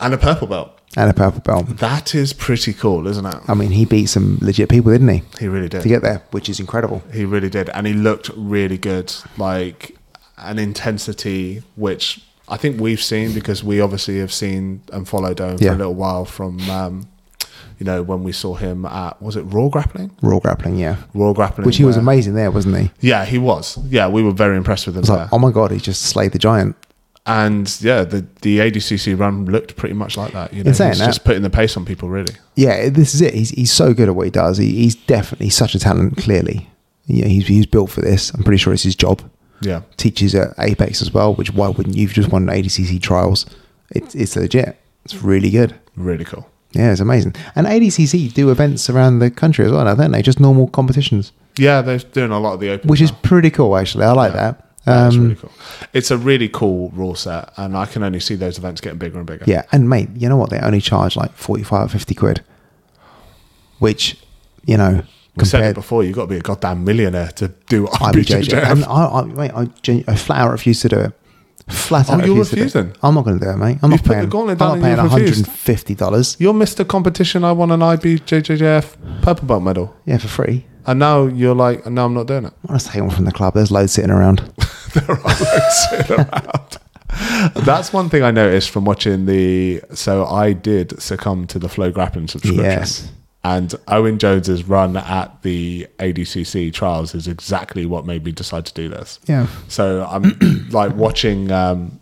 B: and a purple belt.
A: and a purple belt.
B: That is pretty cool, isn't it?
A: I mean, he beat some legit people, didn't he,
B: He really
A: to
B: did.
A: get there, which is incredible.
B: He really did, and he looked really good. Like an intensity which I think we've seen because we obviously have seen and followed Owen for
A: Yeah.
B: a little while from. Um, you know when we saw him at was it Raw Grappling?
A: Raw grappling, yeah.
B: Raw grappling.
A: Which he was
B: where-
A: amazing there, wasn't he? I
B: Yeah, he was. Yeah, we were very impressed with him
A: was
B: there.
A: like, oh my God, he just slayed the giant.
B: and yeah, the the ADCC run looked pretty much like that. You know,
A: In saying
B: he's
A: that-
B: just putting the pace on people, really.
A: Yeah, this is it. He's, he's so good at what he does. He, he's definitely such a talent, clearly. Yeah, he's, he's built for this. I'm pretty sure it's his job.
B: Yeah,
A: teaches at Apex as well, which why wouldn't you? You've just won ADCC trials. It's it's legit. It's really good.
B: really cool.
A: Yeah, it's amazing. And ADCC do events around the country as well, now, don't they? Just normal competitions,
B: Yeah, they're doing a lot of the open,
A: which is pretty cool, actually. I like that.
B: That's
A: Um,
B: really cool. It's a really cool rule set, and I can only see those events getting bigger and bigger.
A: yeah, and mate, you know what? They only charge like 45, 50 quid, which, you know,
B: we said it
A: compared
B: before. You've got to be a goddamn millionaire to do [LAUGHS]
A: IBJJF.
B: IBJJF.
A: And I, I, mate, I, genu- I flat out refuse to do it. Flat
B: Oh,
A: out
B: you're
A: refuse to do it.
B: refusing?
A: I'm not going to do it, mate. I'm
B: You've
A: not
B: put the
A: paying.
B: gauntlet down
A: I'm
B: and
A: not paying
B: you've refused.
A: $150.
B: You're Mr. Competition. I won an IBJJF purple belt medal,
A: Yeah, for free.
B: and now you're like, no, I'm not doing [LAUGHS] it.
A: I want to take one from the club. There's loads sitting
B: [LAUGHS]
A: around.
B: there are loads sitting around. That's one thing I noticed from watching the. So I did succumb to the Flow Grappling subscription.
A: Yes.
B: And Owen Jones's run at the ADCC trials is exactly what made me decide to do this.
A: Yeah.
B: So [CLEARS THROAT] I'm like watching. Um,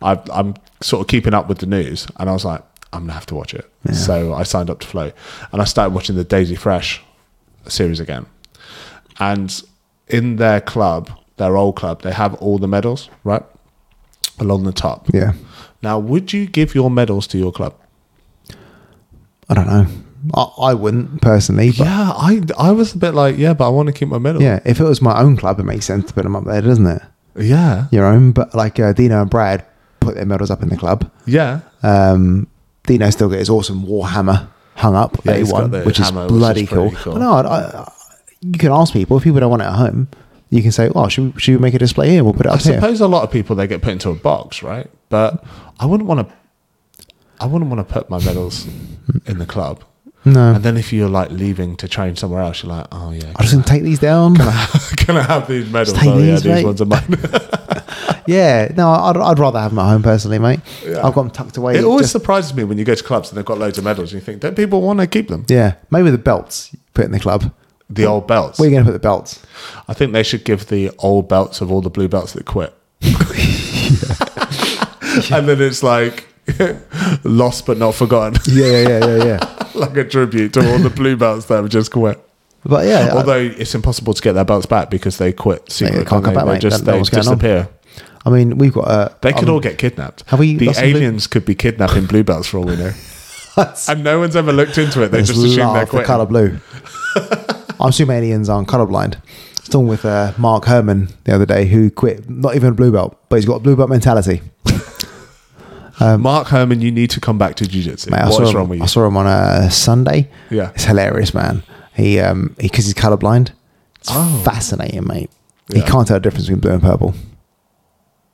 B: i I'm sort of keeping up with the news, and I was like, I'm gonna have to watch it. So I signed up to Flow, and I started watching the Daisy Fresh series again. And in their club, their old club, they have all the medals right along the top.
A: Yeah.
B: Now, would you give your medals to your club?
A: I don't know. I, I wouldn't personally. But
B: Yeah, I I was a bit like, yeah, but I want to keep my medal.
A: yeah. If it was my own club, it makes sense to put them up there, doesn't it?
B: yeah,
A: Your own. But like uh, Dino and Brad put their medals up in the club.
B: yeah.
A: Um, Dino still got his awesome Warhammer hung up
B: Yeah,
A: that he
B: he's got
A: won,
B: the
A: which is
B: hammer, which is
A: bloody cool.
B: pretty cool.
A: But no, I, I, you can ask people. If people don't want it at home, you can say, "Oh, should we, should we make a display here? We'll put it
B: I
A: up here."
B: suppose a lot of people they get put into a box, right? But I wouldn't want to. I wouldn't want to put my medals in the club
A: No.
B: And then if you're like leaving to train somewhere else, you're like, oh yeah, [LAUGHS]
A: I'm just gonna take these down.
B: can I have these medals?
A: take
B: Oh yeah,
A: these,
B: these
A: mate.
B: ones are mine.
A: [LAUGHS] yeah, no, I'd, I'd rather have them at home personally, mate.
B: Yeah.
A: I've got them tucked away.
B: It always
A: just-
B: surprises me when you go to clubs and they've got loads of medals and you think, don't people want to keep them?
A: yeah, maybe the belts you put in the club.
B: The old belts.
A: Where are you gonna put the belts?
B: I think they should give the old belts of all the blue belts
A: [LAUGHS]
B: that quit. [LAUGHS] and then it's like [LAUGHS] lost but not forgotten, [LAUGHS]
A: Yeah, yeah, yeah, yeah, yeah.
B: like a tribute to all the blue belts that have just quit.
A: [LAUGHS] But yeah, I-
B: Although it's impossible to get their belts back because they quit secretly.
A: can't
B: can't
A: come
B: they?
A: back,
B: They
A: mate.
B: just
A: Don't know
B: they
A: what's going on.
B: disappear.
A: I mean, we've got. Uh,
B: They could
A: um, [LAUGHS]
B: all get kidnapped.
A: have we
B: the
A: lost some blue-
B: aliens could be kidnapping blue belts for
A: [LAUGHS]
B: all we know.
A: That's-
B: And no one's ever looked into it. They
A: Just
B: just assume they're
A: love the
B: quitting.
A: colour
B: [LAUGHS]
A: blue. I'm assuming aliens aren't colourblind. I was talking with uh, Mark Herman the other day, who quit, not even a blue belt, but he's got a blue belt mentality.
B: Mark Herman, you need to come back to jiu-jitsu.
A: Um, Mate, I,
B: What's
A: saw him,
B: wrong with
A: I
B: you?
A: saw him on a Sunday.
B: Yeah.
A: It's hilarious, man. He, um, because he's colourblind, it's fascinating, mate. He
B: Oh. Yeah.
A: can't tell the difference between blue and purple.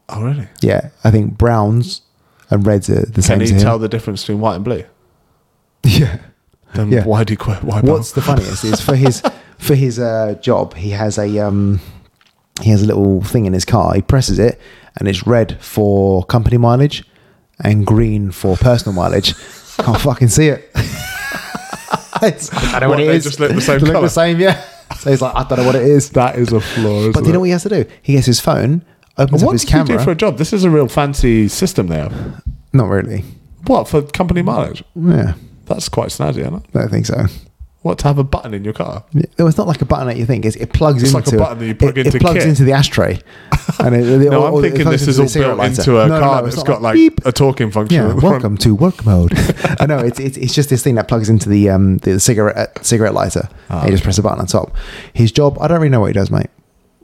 B: Oh, really?
A: Yeah, I think browns and reds are the same.
B: Can
A: to
B: you
A: him.
B: tell the difference between white and blue?
A: Yeah.
B: Then
A: Yeah.
B: why do you quit? Why
A: What's the funniest is for his for his uh, job, he has a um, he has a little thing in his car. He presses it, and it's red for company mileage, and green for personal mileage. Can't fucking see it. [LAUGHS] It's- I don't know
B: What,
A: what, it
B: they
A: is.
B: just look the same
A: They
B: colour?
A: same, yeah. So he's like, I don't know what it is.
B: That is a flaw.
A: But do you know what he has to do? He gets his phone, opens up
B: what
A: his
B: does he do
A: camera.
B: for a job? This is a real fancy system they have.
A: Not really.
B: What for company mileage?
A: Yeah,
B: That's quite snazzy, isn't it?
A: I don't think so.
B: What to have a button in your car?
A: Yeah, Well, it's not like a button that you think. It's, it plugs
B: It's like
A: into
B: a button that you plug
A: it, it
B: into
A: plugs
B: kit.
A: into the
B: [LAUGHS]
A: ashtray. And it, it-
B: No,
A: or- or
B: I'm
A: it
B: thinking
A: plugs
B: this
A: into
B: is
A: the
B: all
A: cigarette
B: built
A: lighter.
B: into a
A: No, no,
B: car
A: no, it's
B: that's
A: not
B: got like [LAUGHS]
A: beep.
B: a talking function.
A: Yeah,
B: at the front.
A: welcome to work mode. [LAUGHS] I know it's, it's it's just this thing that plugs into the um the cigarette cigarette lighter.
B: Ah,
A: and you just press a button on top. His job, I don't really know what he does, mate.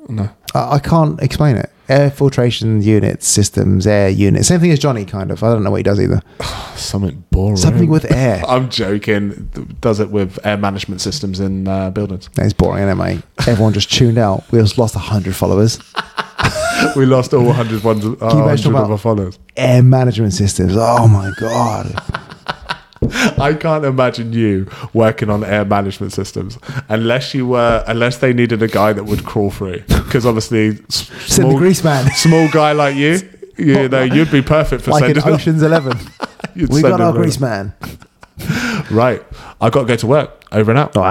B: No.
A: I, I can't explain it. Air filtration units, systems, air units, same thing as Johnny, kind of. I don't know what he does either.
B: Something boring.
A: Something
B: [LAUGHS]
A: with air.
B: I'm joking. Does it with air management systems in uh, buildings?
A: It's boring, isn't it, mate? Everyone just tuned out. We just lost hundred followers.
B: we lost all 100, ones, uh,
A: you
B: 100
A: imagine
B: of
A: about-
B: our followers.
A: Air management systems. Oh my god.
B: I can't imagine you working on air management systems unless you were unless they needed a guy that would crawl through because obviously s-
A: Send the
B: small,
A: grease man.
B: small guy like you you know you'd be perfect for
A: like
B: sending
A: in Ocean's Eleven.
B: you'd
A: we
B: send
A: got our
B: him
A: grease man.
B: around. right I've got to go to work over and out
A: All right.